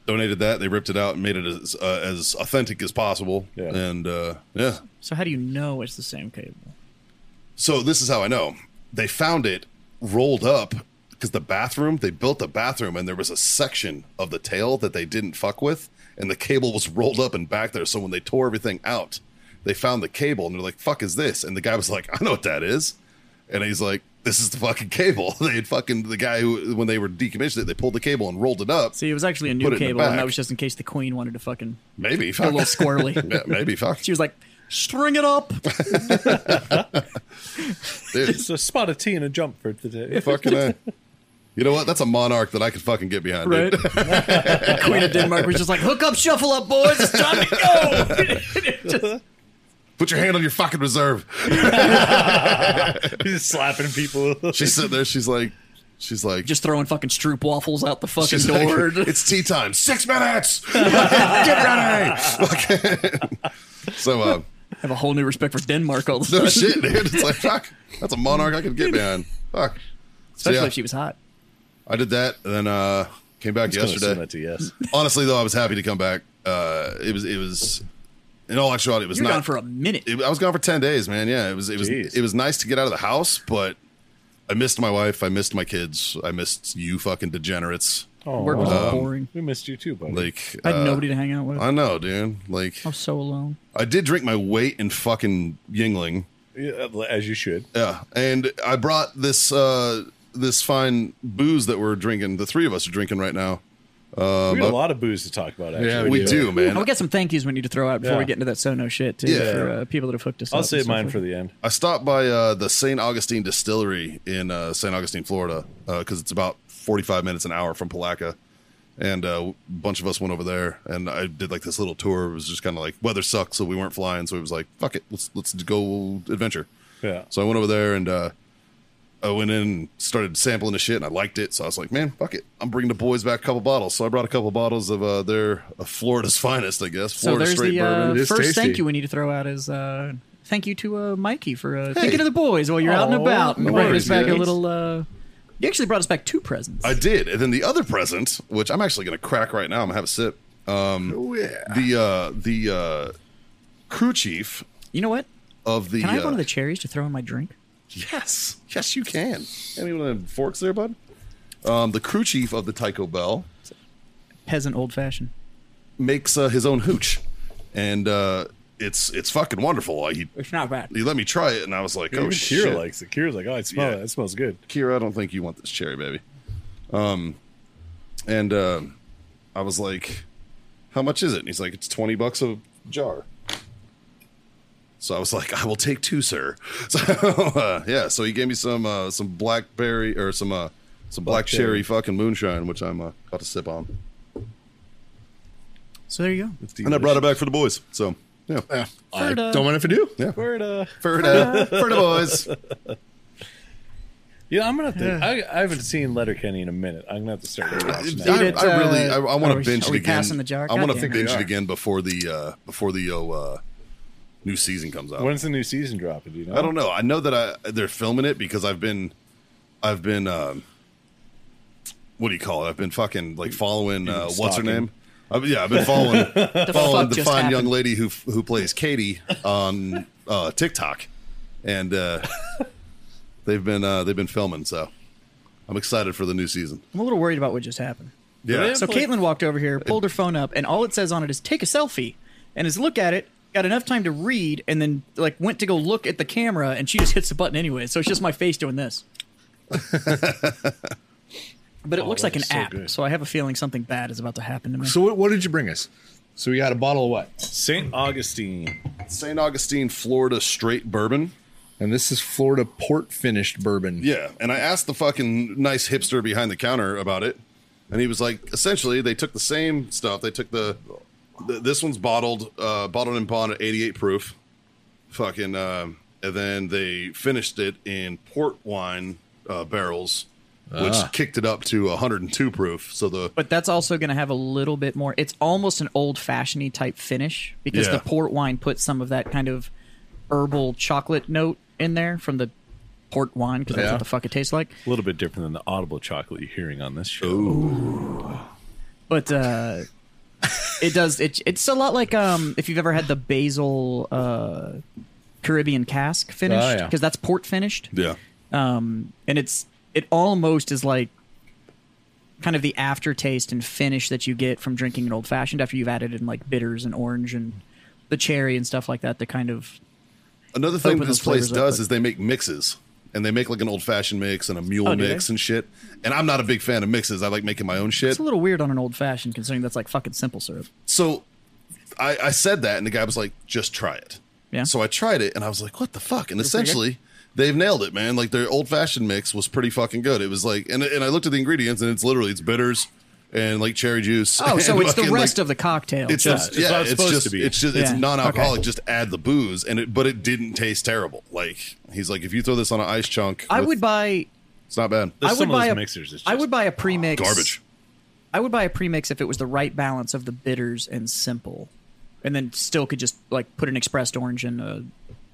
Speaker 1: donated that. They ripped it out and made it as uh, as authentic as possible.
Speaker 3: Yeah.
Speaker 1: And uh, yeah,
Speaker 2: So how do you know it's the same cable?
Speaker 1: so this is how I know they found it rolled up because the bathroom they built the bathroom and there was a section of the tail that they didn't fuck with and the cable was rolled up and back there. So when they tore everything out, they found the cable and they're like, "Fuck is this?" And the guy was like, "I know what that is," and he's like, "This is the fucking cable." they had fucking the guy who when they were decommissioned it, they pulled the cable and rolled it up.
Speaker 2: See, it was actually a
Speaker 1: Put it
Speaker 2: new
Speaker 1: in the
Speaker 2: cable, and
Speaker 1: back.
Speaker 2: that was just in case the Queen wanted to fucking
Speaker 1: Maybe
Speaker 2: go a
Speaker 1: fuck.
Speaker 2: little squirrely.
Speaker 1: yeah, maybe fuck.
Speaker 2: She was like, "String it up."
Speaker 1: Dude.
Speaker 3: It's a spot of tea and a jump for today.
Speaker 1: fucking. A. You know what? That's a monarch that I could fucking get behind. dude.
Speaker 2: Right? the Queen of Denmark was just like, "Hook up, shuffle up, boys. It's time to go." Just-
Speaker 1: Put your hand on your fucking reserve.
Speaker 3: He's slapping people.
Speaker 1: She's sitting there. She's like, she's like,
Speaker 2: just throwing fucking stroop waffles out the fucking
Speaker 1: she's like,
Speaker 2: door.
Speaker 1: it's tea time. Six minutes. Get ready. Fucking- so, uh,
Speaker 2: have a whole new respect for Denmark all of a
Speaker 1: no shit,
Speaker 2: sudden.
Speaker 1: dude. It's like, fuck. That's a monarch I could get behind. Fuck. So,
Speaker 2: Especially
Speaker 1: yeah,
Speaker 2: if she was hot.
Speaker 1: I did that, and then uh, came back yesterday.
Speaker 3: yes.
Speaker 1: Honestly, though, I was happy to come back. Uh, it was, it was. In all actuality, it was
Speaker 2: You're
Speaker 1: not
Speaker 2: gone for a minute.
Speaker 1: it, I was gone for ten days, man. Yeah, it was it was
Speaker 3: Jeez.
Speaker 1: it was nice to get out of the house, but I missed my wife, I missed my kids, I missed you fucking degenerates.
Speaker 2: Work was boring.
Speaker 3: We missed you too, buddy.
Speaker 1: Like
Speaker 2: I had
Speaker 1: um, uh,
Speaker 2: nobody to hang out with.
Speaker 1: I know, dude. Like
Speaker 2: I was so alone.
Speaker 1: I did drink my weight in fucking Yingling.
Speaker 3: Yeah, as you should.
Speaker 1: Yeah, and I brought this uh this fine booze that we're drinking. The three of us are drinking right now. Um,
Speaker 3: we
Speaker 1: uh,
Speaker 3: got a lot of booze to talk about. Actually,
Speaker 4: Yeah,
Speaker 1: We
Speaker 4: do.
Speaker 1: do, man.
Speaker 2: And we got some thank yous we need to throw out before
Speaker 3: Yeah.
Speaker 2: we get into that Sono shit too
Speaker 1: Yeah.
Speaker 2: for uh, people that have hooked us.
Speaker 3: I'll
Speaker 2: up and
Speaker 3: save
Speaker 2: stuff
Speaker 3: mine
Speaker 2: like
Speaker 3: for
Speaker 2: that.
Speaker 3: the end.
Speaker 1: I stopped by uh, the St. Augustine uh, Distillery in uh, St. Augustine, Florida, because it's about 45 minutes an hour from Palaca. and uh, a bunch of us went over there and i did like this little tour it was just kind of like weather sucked so we weren't flying so it was like fuck it let's let's go adventure
Speaker 3: Yeah.
Speaker 1: so i went over there and uh i went in and started sampling the shit and i liked it so i was like man fuck it i'm bringing the boys back a couple bottles so i brought a couple bottles of uh their uh, florida's finest i guess
Speaker 2: So
Speaker 1: florida
Speaker 2: there's
Speaker 1: straight
Speaker 2: the
Speaker 1: bourbon
Speaker 4: It
Speaker 2: uh,
Speaker 4: is
Speaker 2: first thank
Speaker 4: tasty.
Speaker 2: you we need to throw out is uh, thank you to uh, Mikey for uh, thinking of the boys while you're out and
Speaker 5: Oh,
Speaker 2: about and
Speaker 5: no
Speaker 2: bringing us
Speaker 1: worries,
Speaker 2: back
Speaker 1: yeah.
Speaker 2: a little. Uh, you actually brought us back two presents.
Speaker 1: i did and then the other present which i'm actually gonna crack right now i'm gonna have a sip um
Speaker 4: Oh, yeah.
Speaker 1: the uh the uh crew chief
Speaker 2: you know what?
Speaker 1: of the
Speaker 2: Can I have
Speaker 1: uh,
Speaker 2: one of the cherries to throw in my drink?
Speaker 1: Yes, yes, you can. Anyone have forks there, bud? Um, the crew chief of the Tyco Bell
Speaker 2: Peasant old fashioned.
Speaker 1: makes uh, his own hooch, and uh, it's it's fucking wonderful. He
Speaker 2: It's not bad.
Speaker 1: he let me try it, and I was like,
Speaker 3: Even
Speaker 1: oh shit,
Speaker 3: Kira likes it. Kira's like, oh, I smell
Speaker 1: Yeah.
Speaker 3: it. It smells good.
Speaker 1: Kira, I don't think you want this cherry, baby. Um, and um, I was like, how much is it? And he's like, it's twenty bucks a jar. So I was like, I will take two, sir. So uh, yeah, so he gave me some uh, some blackberry or some uh, some black,
Speaker 3: Black
Speaker 1: cherry
Speaker 3: cherry.
Speaker 1: fucking moonshine, which I'm uh, about to sip on.
Speaker 2: So there you go.
Speaker 3: It's
Speaker 1: And I brought it back for the boys. So yeah,
Speaker 4: Yeah. I
Speaker 2: Florida.
Speaker 4: don't mind if I do.
Speaker 1: yeah, for
Speaker 3: Word, uh,
Speaker 1: the for the boys.
Speaker 3: yeah, I'm gonna have to. I, I haven't seen Letterkenny in a minute. I'm gonna have to start watching that.
Speaker 2: Dude,
Speaker 1: I,
Speaker 2: it,
Speaker 1: I really,
Speaker 2: uh,
Speaker 1: I, I
Speaker 2: are
Speaker 1: want
Speaker 2: we-
Speaker 1: to binge
Speaker 2: are
Speaker 1: it
Speaker 2: we
Speaker 1: again.
Speaker 2: passing the jar?
Speaker 1: I want to
Speaker 2: Goddamn.
Speaker 1: binge
Speaker 3: We
Speaker 1: it
Speaker 3: are.
Speaker 1: again before the uh, before the oh, uh, new season comes out.
Speaker 3: When's the new season dropping? Do you know?
Speaker 1: I don't know. I know that I they're filming it because I've been, I've been, um, what do you call it? I've been fucking like following uh, what's her
Speaker 3: stalking.
Speaker 1: name. I've, yeah, I've been following following
Speaker 2: fuck
Speaker 1: the
Speaker 2: just
Speaker 1: fine young
Speaker 2: happened?
Speaker 1: lady who who plays Katie on uh, TikTok, and uh, they've been uh, they've been filming. So I'm excited for the new season.
Speaker 2: I'm a little worried about what just happened.
Speaker 1: Yeah,
Speaker 2: So Caitlin walked over here, pulled her phone up, and all it says on it is "take a selfie." And as look at it, got enough time to read, and then like went to go look at the camera, and she just hits the button anyway. So it's just my face doing this. but it looks
Speaker 3: Oh, that
Speaker 2: like an
Speaker 3: is so
Speaker 2: app,
Speaker 3: good.
Speaker 2: so I have a feeling something bad is about to happen to me.
Speaker 4: So what, what did you bring us? So we got a bottle of what?
Speaker 3: St. Augustine.
Speaker 1: St. Augustine, Florida, straight bourbon.
Speaker 4: And this is Florida port finished bourbon.
Speaker 1: Yeah, and I asked the fucking nice hipster behind the counter about it, and he was like, essentially, they took the same stuff. They took the, th- this one's bottled, uh, bottled and bond at 88 proof, fucking, um, and then they finished it in port wine uh, barrels, which kicked it up to 102 proof. So the
Speaker 2: but that's also going to have a little bit more. It's almost an old fashioned type finish because
Speaker 1: Yeah.
Speaker 2: the port wine puts some of that kind of herbal chocolate note in there from the port wine because that's
Speaker 4: Yeah.
Speaker 2: what the fuck it tastes like.
Speaker 3: A little bit different than the audible chocolate you're hearing on this show.
Speaker 2: but uh it does it it's a lot like um if you've ever had the basil uh caribbean cask finished
Speaker 4: Oh,
Speaker 2: because
Speaker 4: yeah.
Speaker 2: that's port finished
Speaker 1: yeah,
Speaker 2: and it's it almost is like kind of the aftertaste and finish that you get from drinking an old fashioned after you've added in like bitters and orange and the cherry and stuff like that to kind of
Speaker 1: Another thing
Speaker 2: Open
Speaker 1: that this
Speaker 2: those
Speaker 1: place
Speaker 2: flavors up,
Speaker 1: does
Speaker 2: but-
Speaker 1: is they make mixes. And they make like an old fashioned mix and a mule
Speaker 2: Oh, do
Speaker 1: mix
Speaker 2: they?
Speaker 1: and shit. And I'm not a big fan of mixes. I like making my own shit.
Speaker 2: it's a little weird on an old fashioned considering that's like fucking simple syrup
Speaker 1: So I, I said that, and the guy was like, just try it.
Speaker 2: Yeah.
Speaker 1: So I tried it, and I was like, what the fuck? And essentially, they've nailed it, man. Like, their old fashioned mix was pretty fucking good. It was like, and, and I looked at the ingredients, and it's literally, it's bitters and like cherry juice.
Speaker 2: oh so
Speaker 1: and
Speaker 2: it's the
Speaker 1: fucking, like,
Speaker 2: rest of the cocktail
Speaker 1: It's
Speaker 2: just
Speaker 1: yeah,
Speaker 3: what
Speaker 1: yeah,
Speaker 3: it's
Speaker 1: it's,
Speaker 3: supposed
Speaker 1: just
Speaker 3: to be.
Speaker 1: it's just it's
Speaker 2: Yeah.
Speaker 1: non-alcoholic.
Speaker 2: Okay.
Speaker 1: Just add the booze, and it but it didn't taste terrible. Like he's like, if you throw this on an ice chunk,
Speaker 2: i
Speaker 1: with-
Speaker 2: would buy
Speaker 1: It's not bad.
Speaker 2: I
Speaker 3: There's
Speaker 2: would
Speaker 3: some of
Speaker 2: buy
Speaker 3: those
Speaker 2: a
Speaker 3: mixers. It's just
Speaker 2: I would buy a premix
Speaker 1: Garbage.
Speaker 2: I would buy a premix if it was the right balance of the bitters and simple, and then still could just like put an expressed orange and a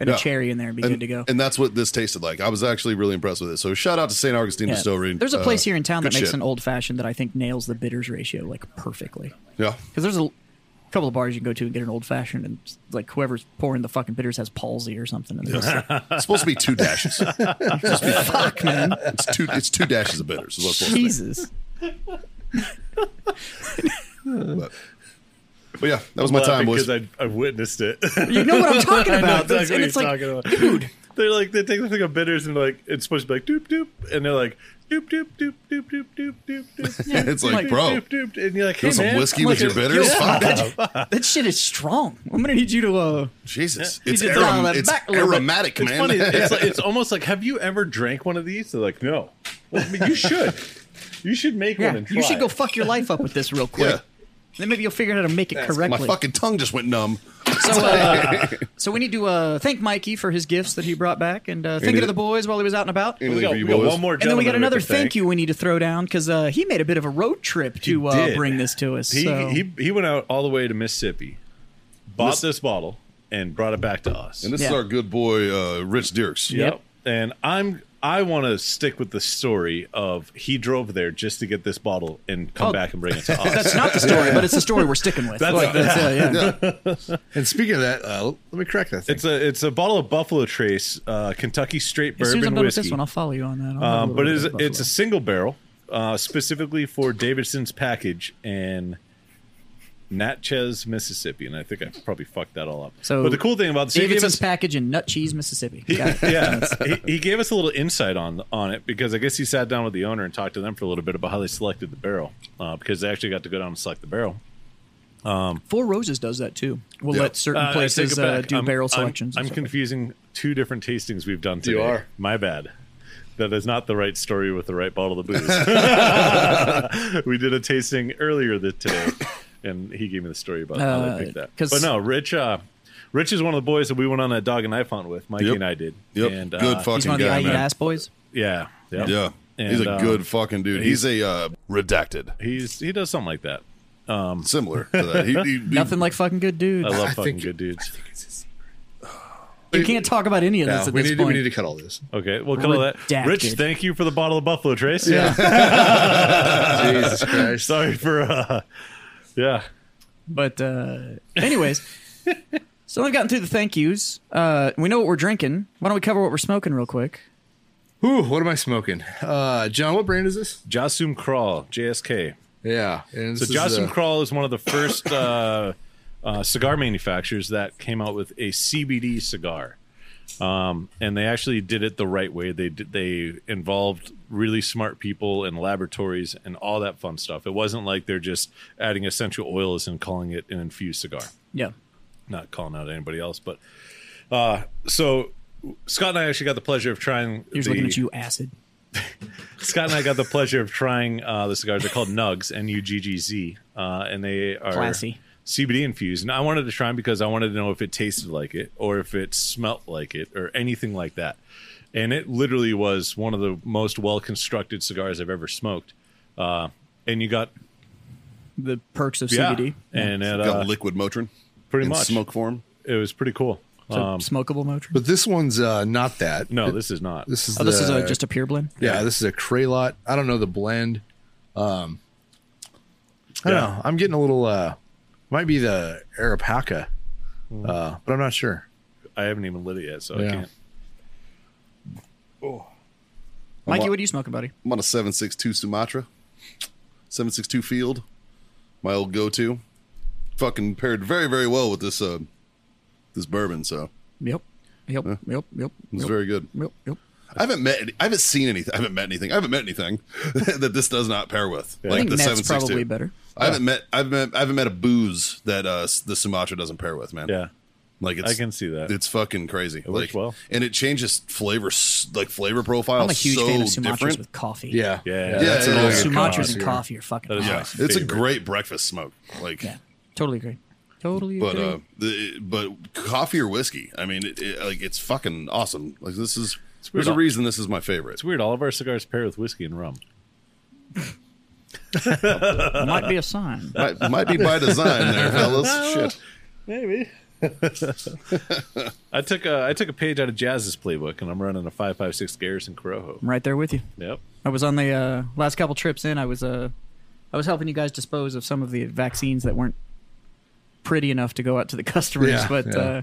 Speaker 2: and
Speaker 1: Yeah.
Speaker 2: a cherry in there and be
Speaker 1: and,
Speaker 2: good to go.
Speaker 1: and that's what this tasted like. I was actually really impressed with it. So shout out to St. Augustine
Speaker 2: Yeah.
Speaker 1: Distillery.
Speaker 2: There's a
Speaker 1: Uh,
Speaker 2: place here in town that
Speaker 1: good
Speaker 2: makes
Speaker 1: shit.
Speaker 2: an old fashioned that I think nails the bitters ratio like perfectly.
Speaker 1: yeah.
Speaker 2: Because there's a l- couple of bars you can go to and get an old fashioned, and like whoever's pouring the fucking bitters has palsy or something. And they're just like,
Speaker 1: It's supposed to be two dashes. It's supposed to be-
Speaker 2: Fuck, man,
Speaker 1: It's two. It's two dashes of bitters. Is what's supposed to
Speaker 2: Jesus.
Speaker 1: be. But, but yeah, that was my time.
Speaker 3: because
Speaker 1: Was
Speaker 3: I, I've witnessed it.
Speaker 2: You know what I'm talking
Speaker 3: I know
Speaker 2: about?
Speaker 3: exactly
Speaker 2: and
Speaker 3: what
Speaker 2: it's
Speaker 3: you're
Speaker 2: like,
Speaker 3: talking about. dude. They're like they take the thing of bitters and like it's supposed to be like doop doop, and they're like doop doop doop doop doop doop doop doop. doop,
Speaker 1: It's like,
Speaker 2: like,
Speaker 1: bro,
Speaker 3: doop, doop, doop, and you're like, hey
Speaker 1: want some
Speaker 3: man,
Speaker 1: whiskey
Speaker 3: I'm
Speaker 1: with
Speaker 3: like
Speaker 1: your bitters. Fuck.
Speaker 2: that shit is strong. I'm gonna need you to uh,
Speaker 1: Jesus,
Speaker 2: You
Speaker 1: it's,
Speaker 2: just
Speaker 1: arom-
Speaker 2: dial that
Speaker 1: it's
Speaker 2: back a little bit.
Speaker 1: aromatic,
Speaker 3: It's
Speaker 1: man.
Speaker 3: funny. It's, like, it's almost like, have you ever drank one of these? They're like, no. Well, I mean, you should. You should make one and try.
Speaker 2: you should go
Speaker 3: it.
Speaker 2: fuck your life up with this real quick.
Speaker 1: Yeah.
Speaker 2: Then maybe you'll figure out how to make it
Speaker 1: My
Speaker 2: correctly.
Speaker 1: fucking tongue just went numb.
Speaker 2: So, uh, so we need to uh, thank Mikey for his gifts that he brought back, and uh, thinking
Speaker 1: Any-
Speaker 2: of the boys while he was out and about.
Speaker 1: Any-
Speaker 3: We got,
Speaker 1: You
Speaker 3: we got
Speaker 1: boys.
Speaker 3: one more.
Speaker 2: And then we got
Speaker 3: gentleman
Speaker 2: another
Speaker 3: can
Speaker 2: thank you we need to throw down because uh, he made a bit of a road trip to uh,
Speaker 3: did.
Speaker 2: bring this to us.
Speaker 3: He,
Speaker 2: so.
Speaker 3: he he went out all the way to Mississippi, bought this, bottle, and brought it back to us.
Speaker 1: And this is
Speaker 2: Yeah.
Speaker 1: our good boy, uh, Rich Deers.
Speaker 2: Yep.
Speaker 3: And I'm I want to stick with the story of he drove there just to get this bottle and come
Speaker 2: Oh.
Speaker 3: back and bring it to us.
Speaker 2: That's not the story, but it's the story we're sticking with.
Speaker 3: That's-
Speaker 2: Like, that's, uh, yeah.
Speaker 4: And speaking of that, uh, let me correct that thing.
Speaker 3: It's a it's a bottle of Buffalo Trace uh, Kentucky Straight
Speaker 2: As soon
Speaker 3: Bourbon
Speaker 2: as I'm done
Speaker 3: whiskey.
Speaker 2: with this one, I'll follow you on that. I'll have a little
Speaker 3: um, but
Speaker 2: bit
Speaker 3: it is,
Speaker 2: of Buffalo.
Speaker 3: it's a single barrel, uh, specifically for Davidson's package and Natchez, Mississippi. And I think I probably fucked that all up.
Speaker 2: So-
Speaker 3: but the cool thing about this, he gave
Speaker 2: Davidson's
Speaker 3: us-
Speaker 2: package in Nut Cheese, Mississippi.
Speaker 3: he-
Speaker 2: Got it.
Speaker 3: yeah, he, he gave us a little insight on on it because I guess he sat down with the owner and talked to them for a little bit about how they selected the barrel uh, because they actually got to go down and select the barrel.
Speaker 2: Four Roses does that too. We'll
Speaker 1: Yeah.
Speaker 2: let certain
Speaker 3: Uh, I take
Speaker 2: places
Speaker 3: it
Speaker 2: uh,
Speaker 3: back.
Speaker 2: do
Speaker 3: I'm-
Speaker 2: barrel
Speaker 3: I'm-
Speaker 2: selections.
Speaker 3: I'm,
Speaker 2: and stuff.
Speaker 3: confusing two different tastings we've done today.
Speaker 1: are.
Speaker 3: My bad. That is not the right story with the right bottle of booze. we did a tasting earlier th- today, and he gave me the story about how
Speaker 2: Uh,
Speaker 3: they picked that.
Speaker 2: 'cause-
Speaker 3: But no, Rich. Uh, Rich is one of the boys that we went on a dog and knife hunt with. Mikey
Speaker 1: Yep.
Speaker 3: and I did.
Speaker 1: Yep.
Speaker 3: And,
Speaker 1: good
Speaker 3: uh,
Speaker 2: He's
Speaker 1: fucking
Speaker 2: one of the
Speaker 1: guy.
Speaker 2: I Eat
Speaker 1: man.
Speaker 2: Ass boys.
Speaker 3: Yeah. Yep.
Speaker 1: Yeah. he's
Speaker 3: And,
Speaker 1: a
Speaker 3: uh,
Speaker 1: good fucking dude. He's, a uh, redacted.
Speaker 3: He's he does something like that.
Speaker 1: Similar to that. He, he- he-
Speaker 2: Nothing like fucking good dudes.
Speaker 3: I love
Speaker 4: I
Speaker 3: fucking
Speaker 4: think-
Speaker 3: good dudes.
Speaker 2: You can't talk about any of
Speaker 4: No,
Speaker 2: this at
Speaker 4: we,
Speaker 2: this
Speaker 4: need to, we
Speaker 2: point.
Speaker 4: need to cut all this.
Speaker 3: Okay, we'll call it that. Rich,
Speaker 2: Redacted.
Speaker 3: thank you for the bottle of Buffalo Trace.
Speaker 4: Jesus Christ.
Speaker 3: Sorry for uh, yeah.
Speaker 2: But uh, anyways, so I've gotten through the thank yous. Uh, we know what we're drinking. Why don't we cover what we're smoking real quick?
Speaker 4: Ooh, what am I smoking? Uh, John, what brand is this?
Speaker 3: Jasum Kral, JSK.
Speaker 4: Yeah. And
Speaker 3: So
Speaker 4: this is,
Speaker 3: Jasum
Speaker 4: uh,
Speaker 3: Kral is one of the first uh, uh, cigar manufacturers that came out with a CBD cigar, um, and they actually did it the right way. They did, they involved really smart people and laboratories and all that fun stuff. It wasn't like they're just adding essential oils and calling it an infused cigar.
Speaker 2: Yeah.
Speaker 3: Not calling out anybody else, but uh, so Scott and I actually got the pleasure of trying.
Speaker 2: He was
Speaker 3: the-
Speaker 2: looking at you, acid.
Speaker 3: Scott and I got the pleasure of trying uh, the cigars. They're called Nugs, N U G G Z, uh, and they are
Speaker 2: Classy.
Speaker 3: CBD infused. And I wanted to try them because I wanted to know if it tasted like it, or if it smelt like it, or anything like that. And it literally was one of the most well constructed cigars I've ever smoked. Uh, and you got
Speaker 2: The perks of
Speaker 3: yeah,
Speaker 2: CBD.
Speaker 3: and it,
Speaker 1: got
Speaker 3: uh,
Speaker 1: liquid Motrin.
Speaker 3: pretty
Speaker 1: in
Speaker 3: much
Speaker 1: Smoke form.
Speaker 3: It was pretty cool.
Speaker 2: So
Speaker 3: Um,
Speaker 2: smokable Motrin.
Speaker 4: But this one's uh, not that.
Speaker 3: no, this is not.
Speaker 4: This is
Speaker 2: oh, this
Speaker 4: the-
Speaker 2: is a, just a pure blend.
Speaker 4: Yeah, this is a Kralot. I don't know the blend. Um, I don't
Speaker 3: Yeah.
Speaker 4: know. I'm getting a little. uh Might be the Arapaca, uh, but I'm not sure.
Speaker 3: I haven't even lit it yet, so
Speaker 4: Yeah.
Speaker 3: I can't.
Speaker 2: Mikey,
Speaker 1: wa-
Speaker 2: what are you smoking, buddy?
Speaker 1: I'm on a 762 Sumatra, 762 Field, my old go to. Fucking paired very, very well with this uh, this bourbon, so
Speaker 2: Yep. Yep. Yep. Yep.
Speaker 1: it was very good.
Speaker 2: Yep. Yep.
Speaker 1: I haven't met, any- I haven't seen anything, I haven't met anything, I haven't met anything that this does not pair with.
Speaker 2: I think
Speaker 1: the
Speaker 2: that's probably better.
Speaker 1: I haven't met, I've met, I haven't met a booze that uh s- the Sumatra doesn't pair with, man.
Speaker 3: Yeah,
Speaker 1: like it's,
Speaker 3: I can see that.
Speaker 1: It's fucking crazy. It
Speaker 3: works
Speaker 1: like,
Speaker 3: well.
Speaker 1: and it changes flavor, s- like flavor profile.
Speaker 2: I'm a huge
Speaker 1: so
Speaker 2: fan of Sumatras
Speaker 1: different.
Speaker 2: with coffee.
Speaker 4: Yeah,
Speaker 3: Yeah. Yeah,
Speaker 4: that's a
Speaker 1: yeah,
Speaker 4: really
Speaker 1: yeah.
Speaker 4: good
Speaker 2: Sumatras
Speaker 4: cross
Speaker 2: and
Speaker 4: here.
Speaker 2: coffee are fucking
Speaker 3: That is
Speaker 2: awesome.
Speaker 3: my
Speaker 1: yeah, it's a
Speaker 3: favorite.
Speaker 1: great breakfast smoke. Like,
Speaker 2: Yeah. Totally agree. Totally
Speaker 1: but
Speaker 2: agree.
Speaker 1: uh, the, but coffee or whiskey. I mean, it, it, like it's fucking awesome. Like this is
Speaker 3: weird.
Speaker 1: there's a reason this is my favorite.
Speaker 3: It's weird. All of our cigars pair with whiskey and rum.
Speaker 2: might be a sign.
Speaker 1: might, might be by design there, fellas. Shit.
Speaker 3: Maybe. I took a I took a page out of Jazz's playbook, and I'm running a five five six Garrison Corojo.
Speaker 2: I'm right there with you.
Speaker 3: Yep.
Speaker 2: I was on the uh, last couple trips in. I was uh, I was helping you guys dispose of some of the vaccines that weren't pretty enough to go out to the customers,
Speaker 4: Yeah,
Speaker 2: but
Speaker 4: yeah.
Speaker 2: Uh,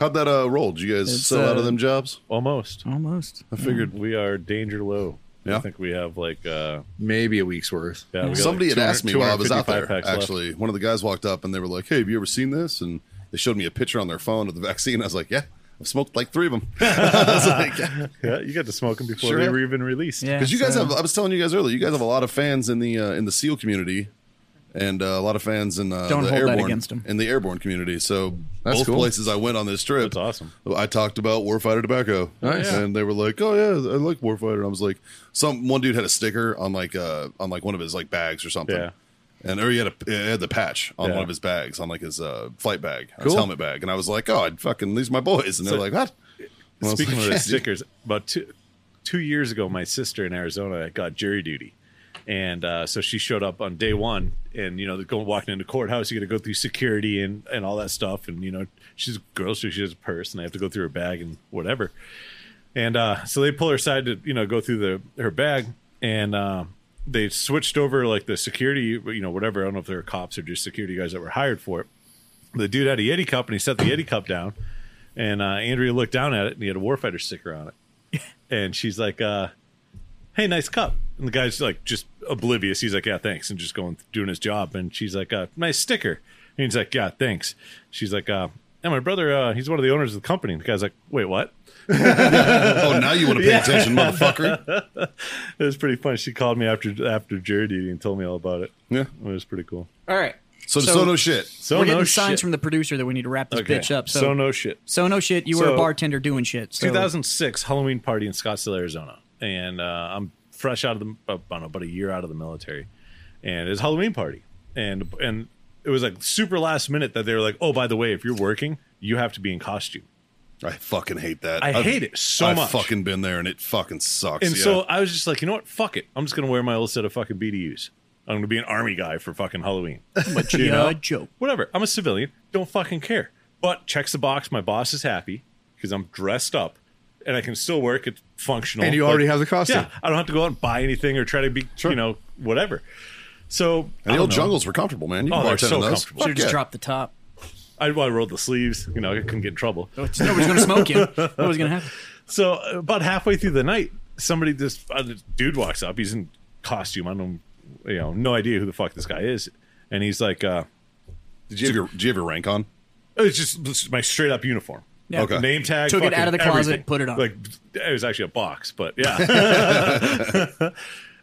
Speaker 1: How'd that uh, roll? Did you guys
Speaker 2: It's,
Speaker 1: sell out
Speaker 2: uh,
Speaker 1: of them jobs?
Speaker 3: Almost.
Speaker 2: almost.
Speaker 3: I figured we are danger low. I
Speaker 1: Mm-hmm. Yeah.
Speaker 3: think we have like uh
Speaker 4: Maybe a week's worth.
Speaker 3: yeah, we got
Speaker 1: Somebody
Speaker 3: like
Speaker 1: had asked me
Speaker 3: 200
Speaker 1: while I was out
Speaker 3: 255
Speaker 1: there.
Speaker 3: packs left.
Speaker 1: Actually, one of the guys walked up and they were like, "Hey, have you ever seen this?" And they showed me a picture on their phone of the vaccine. I was like, "Yeah, I've smoked like three of them." I was like, yeah.
Speaker 3: Yeah, you got to smoke them before
Speaker 1: Sure.
Speaker 3: they were even released.
Speaker 2: Yeah,
Speaker 1: Because you guys
Speaker 2: so-
Speaker 1: have, I was telling you guys earlier, you guys have a lot of fans in the uh, in the SEAL community and uh, a lot of fans in uh,
Speaker 2: Don't
Speaker 1: the
Speaker 2: hold that
Speaker 1: airborne
Speaker 2: against 'em.
Speaker 1: in the airborne community. So
Speaker 4: That's
Speaker 1: both
Speaker 4: cool.
Speaker 1: places I went on this trip,
Speaker 3: That's awesome.
Speaker 1: I talked about Warfighter tobacco,
Speaker 4: Nice. Yeah.
Speaker 1: and they were like, "Oh yeah, I like Warfighter." And I was like, "Some one dude had a sticker on like uh on like one of his like bags or something."
Speaker 3: Yeah.
Speaker 1: And or he had a he had the patch on
Speaker 3: Yeah.
Speaker 1: one of his bags on like his uh, flight bag, on his
Speaker 3: Cool.
Speaker 1: helmet bag, and I was like, "Oh, I'd fucking these are my boys," and they're
Speaker 3: So-
Speaker 1: like, "What?" And I was
Speaker 3: Speaking
Speaker 1: like,
Speaker 3: of
Speaker 1: "Yeah,
Speaker 3: the
Speaker 1: dude."
Speaker 3: stickers, about two two years ago, my sister in Arizona got jury duty, and uh, so she showed up on day one. And you know, they're going walking into courthouse, you got to go through security and and all that stuff. And you know, she's a girl, so she has a purse, and I have to go through her bag and whatever. And uh, so they pull her aside to you know go through the her bag, and uh, they switched over like the security, you know, whatever. I don't know if they were cops or just security guys that were hired for it. The dude had a Yeti cup, and he set the Yeti cup down. And uh, Andrea looked down at it, and he had a Warfighter sticker on it. And she's like, uh, "Hey, nice cup." And the guy's like, just oblivious. He's like, "Yeah, thanks," and just going doing his job. And she's like, uh, "Nice sticker." And he's like, "Yeah, thanks." She's like, uh, "Yeah, my brother, uh, he's one of the owners of the company." And the guy's like, "Wait, what?"
Speaker 1: Oh, now you want to pay attention, motherfucker.
Speaker 3: It was pretty fun. She called me after after jury duty and told me all about it.
Speaker 1: Yeah.
Speaker 3: It was pretty cool.
Speaker 2: All right.
Speaker 1: So, so,
Speaker 2: So-
Speaker 1: no shit.
Speaker 3: So
Speaker 2: We're
Speaker 3: no
Speaker 2: getting signs
Speaker 3: shit.
Speaker 2: from the producer that we need to wrap this
Speaker 3: Okay.
Speaker 2: bitch up. So,
Speaker 3: so no shit.
Speaker 2: so no shit. You were
Speaker 3: So-
Speaker 2: a bartender doing shit. So
Speaker 3: 2006 Halloween party in Scottsdale, Arizona, and uh, I'm fresh out of the uh, I don't know, about a year out of the military, and it's Halloween party, and and it was like super last minute that they were like, oh by the way, if you're working, you have to be in costume.
Speaker 1: I fucking hate that.
Speaker 3: I hate it so
Speaker 1: I've
Speaker 3: much.
Speaker 1: fucking been there, and it fucking sucks.
Speaker 3: And
Speaker 1: yeah.
Speaker 3: so I was just like, you know what? Fuck it. I'm just gonna wear my old set of fucking BDUs. I'm gonna be an army guy for fucking Halloween. But you
Speaker 2: yeah,
Speaker 3: know,
Speaker 2: Joe.
Speaker 3: whatever. I'm a civilian. Don't fucking care. But checks the box. My boss is happy because I'm dressed up and I can still work. It's functional.
Speaker 4: And you
Speaker 3: But-
Speaker 4: already have the costume.
Speaker 3: Yeah, I don't have to go out and buy anything or try to be, you know, whatever. So I
Speaker 1: and the
Speaker 3: don't
Speaker 1: old
Speaker 3: know.
Speaker 1: jungles were comfortable, man. You
Speaker 3: Oh,
Speaker 1: can
Speaker 3: they're
Speaker 1: bartend
Speaker 3: so
Speaker 1: in those.
Speaker 3: comfortable.
Speaker 1: Fuck
Speaker 2: should have just
Speaker 1: yeah.
Speaker 2: dropped the top.
Speaker 3: I, I rolled the sleeves. You know, I couldn't get in trouble.
Speaker 4: Oh.
Speaker 2: Nobody's gonna smoke you. Nobody's gonna happen.
Speaker 3: So about halfway through the night, somebody this, uh, this dude walks up. He's in costume. I don't, you know, no idea who the fuck this guy is, and he's like, uh,
Speaker 1: Did you, have your, did you have your rank on?
Speaker 3: Oh, "It's just it's my straight up uniform."
Speaker 2: Yeah.
Speaker 1: Okay.
Speaker 3: Name tag.
Speaker 2: Took it
Speaker 3: fucking
Speaker 2: out of the closet,
Speaker 3: everything.
Speaker 2: put it on.
Speaker 3: Like it was actually a box, but yeah. and uh,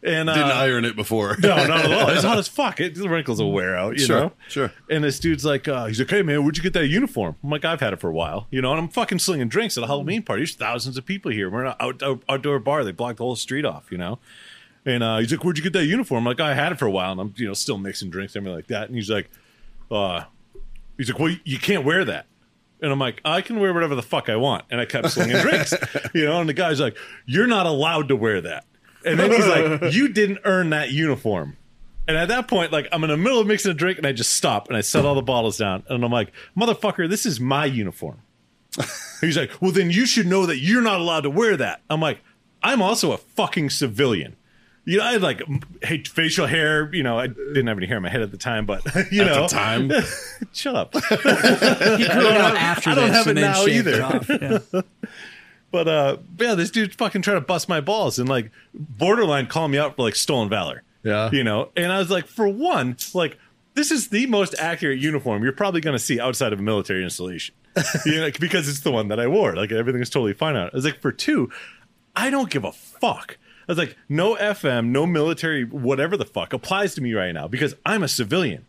Speaker 1: Didn't iron it before.
Speaker 3: No, not at all. It's hot as fuck. It, the wrinkles will wear out, you
Speaker 1: Sure,
Speaker 3: know?
Speaker 1: sure.
Speaker 3: And this dude's like, uh, he's like, hey, man, where'd you get that uniform? I'm like, I've had it for a while, you know, and I'm fucking slinging drinks at a Halloween party. There's thousands of people here. We're in an outdoor, outdoor bar. They blocked the whole street off, you know? And uh, he's like, where'd you get that uniform? I'm like, I had it for a while, and I'm, you know, still mixing drinks and everything like that. And he's like, uh, he's like, well, you can't wear that. And I'm like, I can wear whatever the fuck I want. And I kept slinging drinks, you know. And the guy's like, you're not allowed to wear that. And then he's like, you didn't earn that uniform. And at that point, like, I'm in the middle of mixing a drink, and I just stop and I set all the bottles down, and I'm like, motherfucker, this is my uniform. He's like, well, then you should know that you're not allowed to wear that. I'm like, I'm also a fucking civilian. You know, I had like m- hey, facial hair. You know, I didn't have any hair in my head at the time, but you
Speaker 1: At
Speaker 3: know,
Speaker 1: the time,
Speaker 3: shut up.
Speaker 2: He grew it out after
Speaker 3: I don't
Speaker 2: this
Speaker 3: have
Speaker 2: and
Speaker 3: it
Speaker 2: then
Speaker 3: now
Speaker 2: shaved
Speaker 3: either.
Speaker 2: it off. Yeah.
Speaker 3: But uh, yeah, this dude's fucking trying to bust my balls and like borderline calling me out for like stolen valor.
Speaker 4: Yeah.
Speaker 3: You know, and I was like, for one, like this is the most accurate uniform you're probably going to see outside of a military installation, you know, because it's the one that I wore. Like everything is totally fine on it. I was like, for two, I don't give a fuck. I was like, no FM, no military, whatever the fuck applies to me right now because I'm a civilian.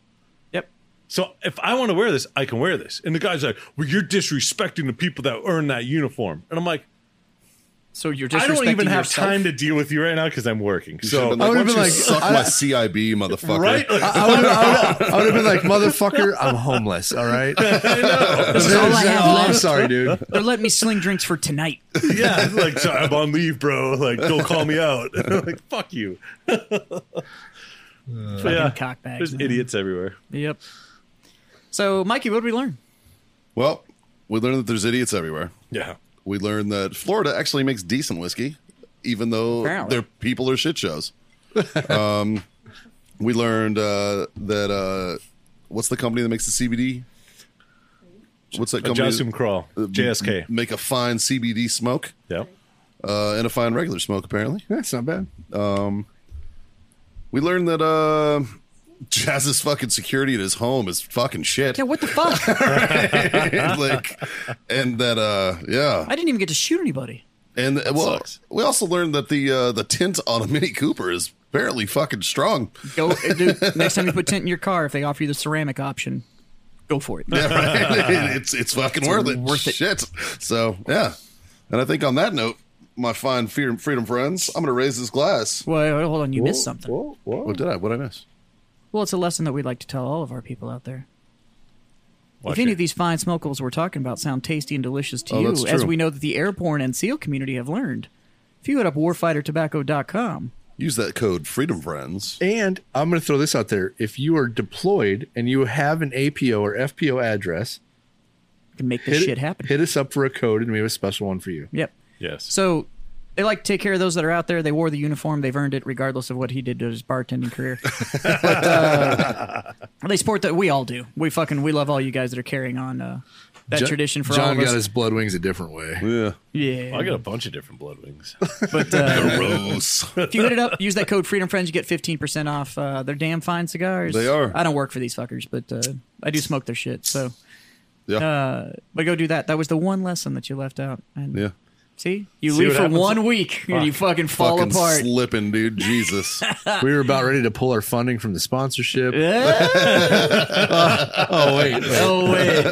Speaker 2: Yep.
Speaker 3: So if I want to wear this, I can wear this. And the guy's like, well, you're disrespecting the people that earn that uniform. And I'm like,
Speaker 2: So you're disrespecting
Speaker 3: I don't even have
Speaker 2: yourself.
Speaker 3: time to deal with you right now because I'm working.
Speaker 1: so
Speaker 3: So
Speaker 1: like, I would have been like, "Suck my
Speaker 4: I-
Speaker 1: CIB, motherfucker."
Speaker 3: right, Like,
Speaker 4: I would have been like, motherfucker, I'm homeless. All right.
Speaker 2: This is all I have
Speaker 4: Oh, I'm
Speaker 2: left.
Speaker 4: sorry, dude.
Speaker 2: They're letting me sling drinks for tonight.
Speaker 3: yeah, like so I'm on leave, bro. Like don't call me out. like fuck you. So, yeah,
Speaker 2: Uh, cockbags,
Speaker 3: There's
Speaker 2: man.
Speaker 3: idiots everywhere.
Speaker 2: Yep. So, Mikey, what did we learn?
Speaker 1: Well, we learned that there's idiots everywhere.
Speaker 3: Yeah,
Speaker 1: We learned that Florida actually makes decent whiskey, even though
Speaker 2: Apparently.
Speaker 1: their people are shit shows. um, we learned uh, that uh, what's the company that makes the CBD? What's that company?
Speaker 3: Jocelyn Crawl,
Speaker 1: uh,
Speaker 3: JSK.
Speaker 1: Make a fine CBD smoke
Speaker 3: Yep.
Speaker 1: uh, and a fine regular smoke. Apparently,
Speaker 4: That's not bad.
Speaker 1: we learned that uh, Jazz's fucking security at his home is fucking shit.
Speaker 2: Yeah, what the fuck?
Speaker 1: like, and that uh, yeah,
Speaker 2: I didn't even get to shoot anybody.
Speaker 1: And well,
Speaker 3: sucks.
Speaker 1: we also learned that the uh, the tint on a Mini Cooper is Barely fucking strong.
Speaker 2: Go, dude, next time you put tint in your car, if they offer you the ceramic option, go for it.
Speaker 1: Yeah, right. it's it's fucking worth it.
Speaker 2: worth it.
Speaker 1: Shit. So yeah, and I think on that note, my fine freedom, freedom friends, I'm gonna raise this glass.
Speaker 2: Well, hold on, you missed something.
Speaker 6: Whoa, whoa.
Speaker 1: What did I? What did I miss?
Speaker 2: Well, it's a lesson that we'd like to tell all of our people out there.
Speaker 3: Watch
Speaker 2: if any
Speaker 3: it.
Speaker 2: of these fine smokables we're talking about sound tasty and delicious to
Speaker 1: Oh, that's
Speaker 2: you, as
Speaker 1: true.
Speaker 2: we know that the airborne and SEAL community have learned, if you hit up warfightertobacco.com,
Speaker 1: Use that code freedom friends.
Speaker 4: And I'm going to throw this out there. If you are deployed and you have an APO or FPO address,
Speaker 2: you can make this
Speaker 4: hit,
Speaker 2: shit happen.
Speaker 4: hit us up for a code and we have a special one for you.
Speaker 2: Yep.
Speaker 3: yes.
Speaker 2: So they like to take care of those that are out there. They wore the uniform. They've earned it, regardless of what he did to his bartending career. but uh, they sport that we all do. We fucking we love all you guys that are carrying on uh, that
Speaker 4: Jo-
Speaker 2: tradition for
Speaker 4: John
Speaker 2: all of us.
Speaker 4: got his blood wings a different way.
Speaker 1: Yeah.
Speaker 2: yeah,
Speaker 3: I got a bunch of different blood wings.
Speaker 2: but uh,
Speaker 1: Gross.
Speaker 2: if you hit it up, use that code Freedom Friends. You get fifteen percent off. Uh, they're damn fine cigars.
Speaker 1: They are.
Speaker 2: I don't work for these fuckers, but uh, I do smoke their shit. So,
Speaker 1: Yeah.
Speaker 2: uh, but go do that. That was the one lesson that you left out. And
Speaker 1: yeah. Ah,
Speaker 2: see, you
Speaker 3: See
Speaker 2: leave
Speaker 3: what
Speaker 2: for
Speaker 3: happens?
Speaker 2: one week and you fucking fall
Speaker 1: fucking
Speaker 2: apart.
Speaker 1: slipping, dude. Jesus.
Speaker 4: we were about ready to pull our funding from the sponsorship. oh, wait. wait.
Speaker 2: oh wait.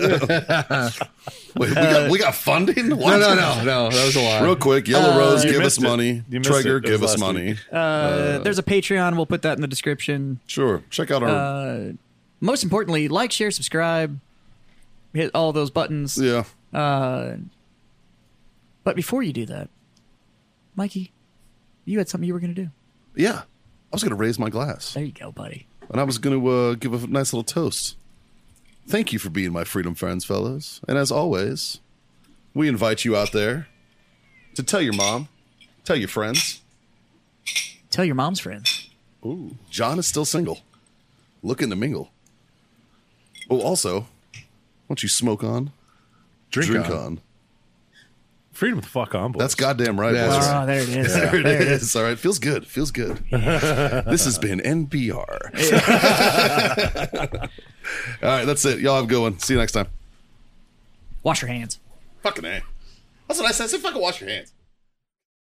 Speaker 1: Wait, we got we got funding.
Speaker 4: No,
Speaker 1: What?
Speaker 4: no, no, no. That was a lie.
Speaker 1: Real quick, Yellow Rose,
Speaker 3: You
Speaker 1: give
Speaker 3: missed
Speaker 1: us
Speaker 3: it.
Speaker 1: money.
Speaker 3: You missed
Speaker 1: Traeger,
Speaker 3: it. That
Speaker 1: give
Speaker 3: was
Speaker 1: us
Speaker 3: last
Speaker 1: money.
Speaker 2: Uh, there's a Patreon. We'll put that in the description.
Speaker 1: Sure. Check out our.
Speaker 2: Most importantly, like, share, subscribe, hit all those buttons.
Speaker 1: yeah.
Speaker 2: But before you do that, Mikey, you had something you were going to do.
Speaker 1: Yeah. I was going to raise my glass
Speaker 2: There you go, buddy.
Speaker 1: and I was going to uh, give a nice little toast. Thank you for being my freedom friends, fellas. And as always, we invite you out there to tell your mom, tell your friends,
Speaker 2: Tell your mom's friends.
Speaker 1: John is still single, looking to mingle. Oh, also, why don't you smoke on,
Speaker 4: Drink,
Speaker 1: drink
Speaker 4: on.
Speaker 1: on?
Speaker 3: Freedom the fuck on, boys.
Speaker 1: That's goddamn right.
Speaker 4: That's
Speaker 1: boys.
Speaker 4: right.
Speaker 2: Oh, there it is.
Speaker 1: There it is. All right. Feels good. Feels good. this has been NBR. All right. That's it. Y'all have a good one. See you next time.
Speaker 2: Wash your hands.
Speaker 1: Fucking A. That's what I said. I said, fucking wash your hands.